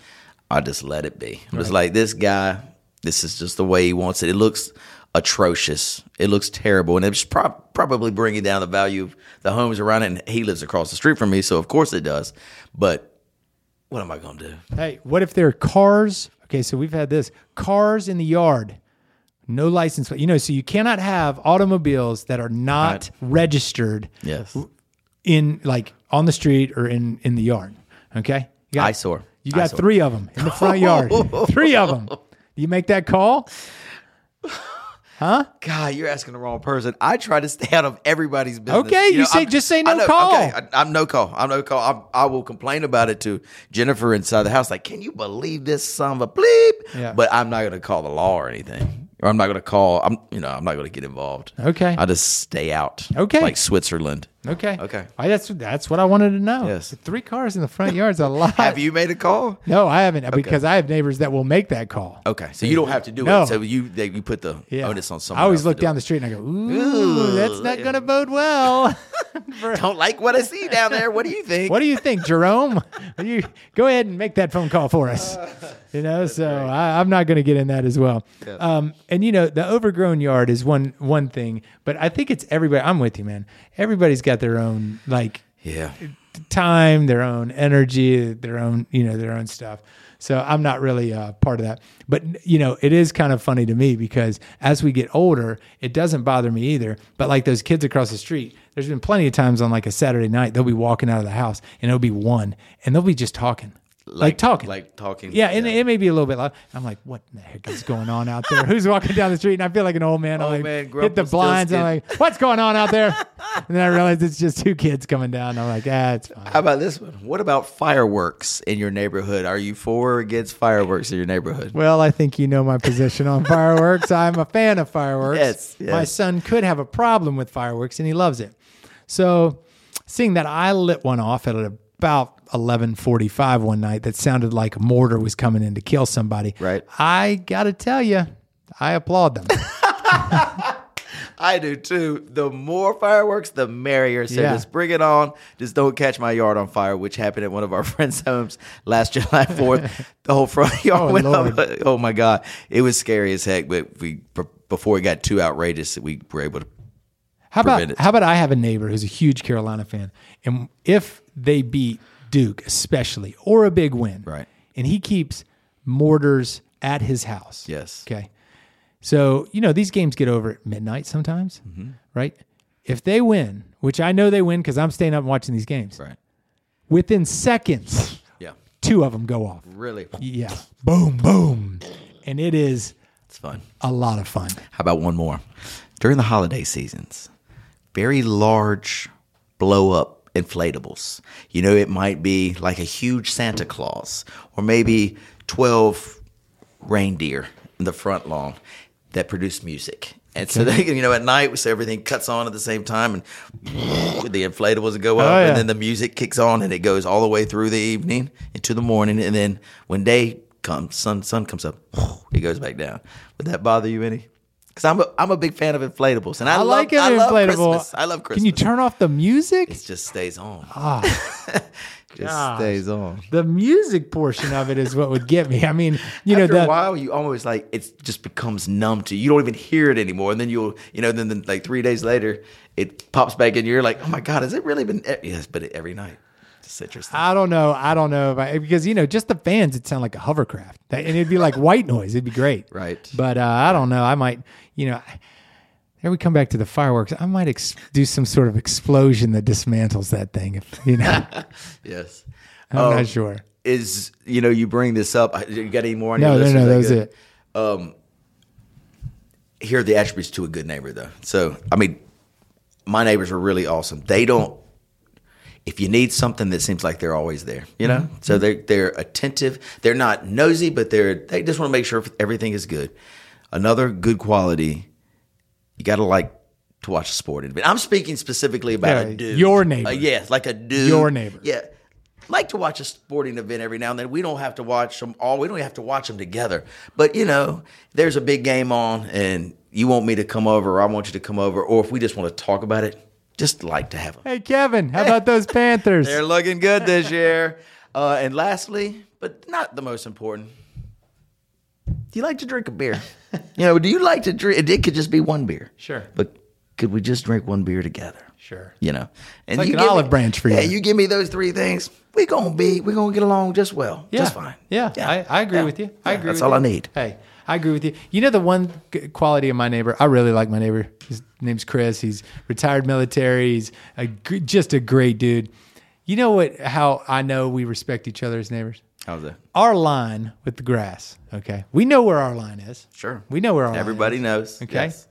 I just let it be. I'm just like this guy. This is just the way he wants it. It looks atrocious. It looks terrible, and it's prob- probably bringing down the value of the homes around it. And he lives across the street from me, so of course it does. But what am I going to do?
Hey, what if there are cars? Okay, so we've had this cars in the yard, no license plate. You know, so you cannot have automobiles that are not registered
Yes.
in like on the street or in in the yard. Okay, you got,
Eyesore.
You got
Eyesore.
three of them in the front yard. three of them. You make that call.
God, you're asking the wrong person. I try to stay out of everybody's business.
Okay, you say- just say no
I know,
call.
Okay, I, I'm no call. I'm no call. I'm, I will complain about it to Jennifer inside the house. Like, can you believe this son of a bleep?
Yeah.
But I'm not going to call the law or anything, or I'm not going to call. I'm you know I'm not going to get involved.
Okay.
I just stay out.
Okay.
like Switzerland.
Okay.
Okay.
I, that's that's what I wanted to know.
Yes.
Three cars in the front yard's a lot.
Have you made a call?
No, I haven't because I have neighbors that will make that call.
Okay, so you don't have to do
No.
it. So you they, you put the onus on someone.
I always
else to
look
do
down
it.
the street and I go, ooh, that's not going to bode well.
Don't like what I see down there. What do you think?
what do you think, Jerome? Will you go ahead and make that phone call for us? You know, so I, I'm not going to get in that as well. Um, and you know, the overgrown yard is one one thing, but I think it's everybody. I'm with you, man. Everybody's got their own like
yeah.
time, their own energy, their own, you know, their own stuff. So I'm not really uh, part of that. But, you know, it is kind of funny to me because as we get older, it doesn't bother me either. But like those kids across the street, there's been plenty of times on like a Saturday night, they'll be walking out of the house and it'll be one and they'll be just talking. like, talking.
like talking.
yeah, and it may be a little bit loud. I'm like, what the heck is going on out there? Who's walking down the street? And I feel like an old man. I
Old
like
man
hit the
Grumpus
blinds. I'm
Dilskin.
like, what's going on out there? And then I realized it's just two kids coming down. I'm like, ah, it's fine.
How about this one? What about fireworks in your neighborhood? Are you for or against fireworks in your neighborhood?
Well, I think you know my position on fireworks. I'm a fan of fireworks.
Yes, yes.
My son could have a problem with fireworks and he loves it. So, seeing that I lit one off at about 11:45 one night that sounded like a mortar was coming in to kill somebody.
Right.
I got to tell you, I applaud them.
I do too. The more fireworks, the merrier. So
Yeah.
just bring it on. Just don't catch my yard on fire, which happened at one of our friends' homes last July 4th. the whole front yard
Oh,
went up.
Lord.
Oh my God. It was scary as heck, but we b- before it got too outrageous, we were able to.
How about
prevent it.
how about I have a neighbor who's a huge Carolina fan, and if they beat Duke, especially or a big win,
Right.
And he keeps mortars at his house.
Yes.
Okay. So you know these games get over at midnight sometimes,
Mm-hmm.
right? If they win, which I know they win because I'm staying up and watching these games.
Right.
Within seconds,
Yeah.
two of them go off.
Really?
Yeah. Boom, boom, and it is
It's fun.
a lot of fun.
How about one more? During the holiday seasons, very large blow up inflatables. You know, it might be like a huge Santa Claus or maybe 12 reindeer in the front lawn that produce music. And so they, can- you know, at night, so everything cuts on at the same time, and the inflatables go up,
Oh, yeah.
and then the music kicks on, and it goes all the way through the evening into the morning, and then when day comes, sun sun comes up, it goes back down. Would that bother you any? Because I'm a, I'm a big fan of inflatables, and I,
I
love,
like an
I love
inflatable.
Christmas. I love Christmas.
Can you turn Ah. off the music?
It just stays on. just stays on.
the music portion of it is what would get me. I mean, you know,
After
the,
a while, you almost like it just becomes numb to you. You don't even hear it anymore, and then you'll, you know, then, then like three days later, it pops back in. You're like, oh my god, has it really been? e-" Yes, but every night, it's interesting.
I don't know. I don't know if I, because you know, just the fans, it sound like a hovercraft, That- and it'd be like white noise. It'd be great,
Right.
But uh, I don't know. I might, you know, I- there we come back to the fireworks. I might ex- do some sort of explosion that dismantles that thing. If you know,
yes.
I'm
Oh.
not sure.
is you know you bring this up. I- You got any more? On
No,
your
no,
list?
no.
Is
That was
good?
it.
Here are the attributes to a good neighbor, though. So I mean, my neighbors are really awesome. They don't. If you need something, that seems like they're always there. You know,
Mm-hmm.
so they they're attentive. They're not nosy, but they're they just want to make sure everything is good. Another good quality, you got to like to watch a sport event. I'm speaking specifically about
Yeah,
a dude,
your neighbor.
Uh, yes, like a dude,
Your neighbor.
Yeah, like to watch a sporting event every now and then. We don't have to watch them all. We don't have to watch them together. But you know, there's a big game on, and you want me to come over, or I want you to come over, or if we just want to talk about it, just like to have them.
Hey, Kevin, how about those Panthers?
They're looking good this year. Uh, and lastly, but not the most important, do you like to drink a beer? you know, do you like to drink? It could just be one beer.
Sure.
But could we just drink one beer together?
Sure.
You know, and
like an
give me-
olive branch for you.
Yeah, you give me those three things, we gonna be, we gonna get along just well,
yeah.
just fine.
Yeah, I, I agree
Yeah.
with you. I
Yeah,
agree.
That's
with
all
you.
I need.
Hey, I agree with you. You know the one g- quality of my neighbor. I really like my neighbor. His name's Chris. He's retired military. He's a, gr- just a great dude. You know what? How I know we respect each other as neighbors.
How's that?
Our line with the grass. Okay, we know where our line is.
Sure.
we know where our
Everybody
Line is.
knows.
Okay.
Yes.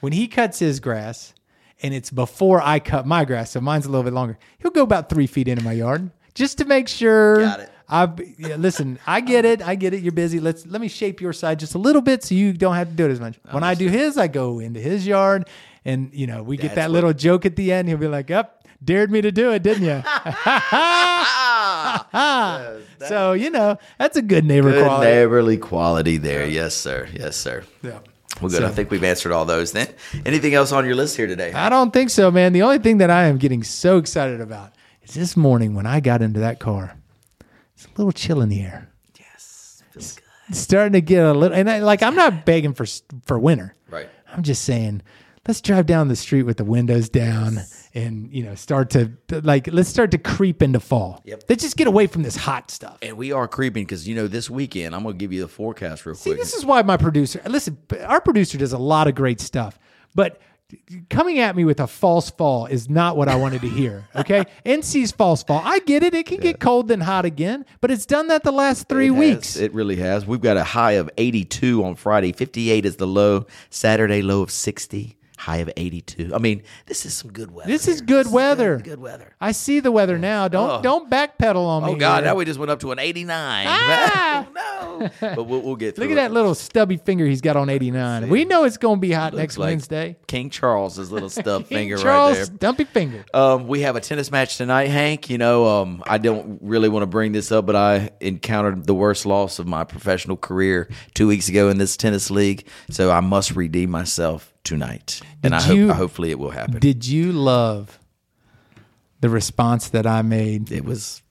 When he cuts his grass, and it's before I cut my grass, so mine's a little bit longer. He'll go about three feet into my yard just to make sure.
Got it.
I yeah, listen. I get it. I get it. You're busy. Let's let me shape your side just a little bit so you don't have to do it as much. When I do his, I go into his yard, and you know we get that
That's what-
little joke at the end. He'll be like, "Up, dared me to do it, didn't you?" so you know that's a good neighbor
Good
quality.
neighborly quality there. Yes, sir. Yes, sir.
Yeah.
Well, good. I think we've answered all those then. Anything else on your list here today?
I don't think so, man. The only thing that I am getting so excited about is this morning when I got into that car. It's a little chill in the air. Yes, it's starting to get a little, and I, like I'm not begging for s- for winter.
Right.
I'm just saying, let's drive down the street with the windows down, and you know, start to like let's start to creep into fall.
Yep.
Let's just get away from this hot stuff.
And we are creeping because, you know, this weekend, I'm going to give you the forecast real
See,
quick.
this is why my producer. Listen, our producer does a lot of great stuff, but coming at me with a false fall is not what I wanted to hear. Okay. NC's false fall. I get it. It can get cold then hot again, but it's done that the last three
It has.
weeks.
It really has. We've got a high of 82 on Friday. 58 is the low. Saturday low of 60. High of 82. I mean, this is some good weather.
this is
here.
good weather.
Good weather.
I see the weather now. Don't don't backpedal on me.
Oh God!
here.
Now we just went up to an 89.
Ah!
no, but we'll, we'll get through.
Look at
it.
that little stubby finger he's got on 89. We know it's going to be hot
Looks
next
like
Wednesday.
King Charles's little stub
King
finger
Charles,
right there.
stumpy finger.
Um, we have a tennis match tonight, Hank. You know, um, I don't really want to bring this up, but I encountered the worst loss of my professional career two weeks ago in this tennis league, so I must redeem myself tonight, and I
Did
hope
you-
hopefully it will happen.
Did you love the response that I made?
it was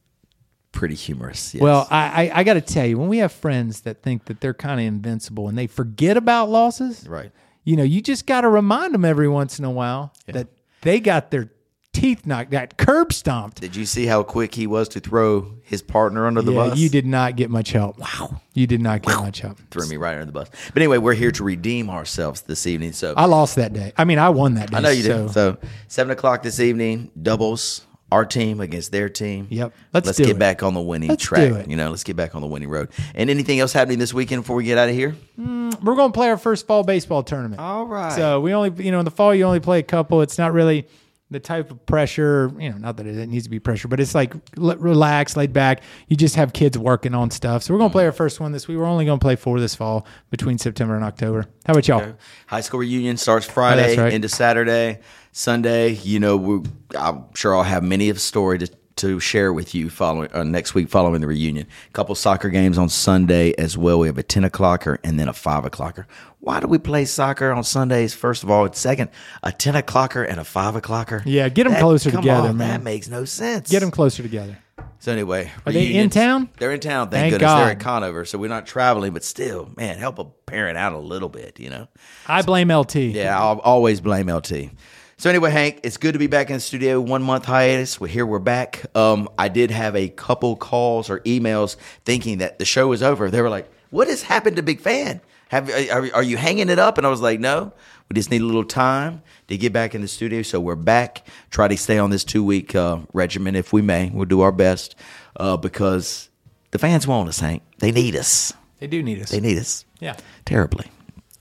pretty humorous. Yes.
Well, I, I, I got to tell you, when we have friends that think that they're kind of invincible and they forget about losses,
right.
you know, you just got to remind them every once in a while that they got their teeth knocked, got curb stomped.
Did you see how quick he was to throw his partner under the
yeah,
bus?
you did not get much help. Wow. You did not get much help.
threw me right under the bus. But anyway, we're here to redeem ourselves this evening. So
I lost that day. I mean, I won that day.
I know you
so.
did. So seven o'clock this evening, doubles. Our team against their team.
Yep. Let's do
get
it.
back on the winning
Let's
track.
do it.
You know, let's get back on the winning road. And anything else happening this weekend before we get out of here?
we're going to play our first fall baseball tournament.
All right.
So we only, you know, in the fall you only play a couple. It's not really the type of pressure, you know, not that it needs to be pressure, but it's like l- relaxed, laid back. You just have kids working on stuff. So we're going to play our first one this week. We're only going to play four this fall between September and October. How about y'all?
High school reunion starts Friday
right.
into Saturday, Sunday. You know, we, I'm sure I'll have many of story to, to share with you following uh, next week following the reunion. couple soccer games on Sunday as well. We have a ten o'clocker and then a five o'clocker. Why do we play soccer on Sundays? First of all, and second, a ten o'clocker and a five o'clocker.
Yeah, get 'em
That-
closer
come
together,
on,
man.
That makes no sense.
Get them closer together.
So anyway,
Are they in
reunions.
town?
They're in town. Thank,
Thank
goodness they're
God.
at Conover, so we're not traveling. But still, man, help a parent out a little bit, you know.
I blame LT.
Yeah, I'll always blame LT. So anyway, Hank, it's good to be back in the studio. One month hiatus. We're here. We're back. Um, I did have a couple calls or emails thinking that the show was over. They were like, "What has happened to Big Fan? Have are, are you hanging it up?" And I was like, "No, we just need a little time to get back in the studio." So we're back. Try to stay on this two week uh, regimen if we may. We'll do our best uh, because the fans want us, Hank. They need us.
They do need us.
They need us
yeah.
terribly,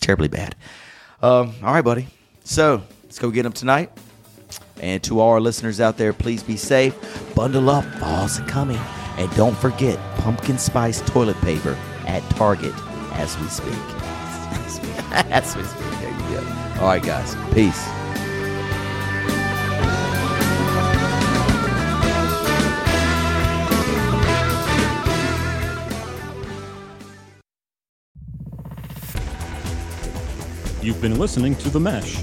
terribly bad. Um, all right, buddy. So let's go get them tonight. And to all our listeners out there, please be safe. Bundle up, falls are coming, and don't forget pumpkin spice toilet paper at Target as we speak. as we speak. There you go. All right, guys. Peace.
You've been listening to The Mesh,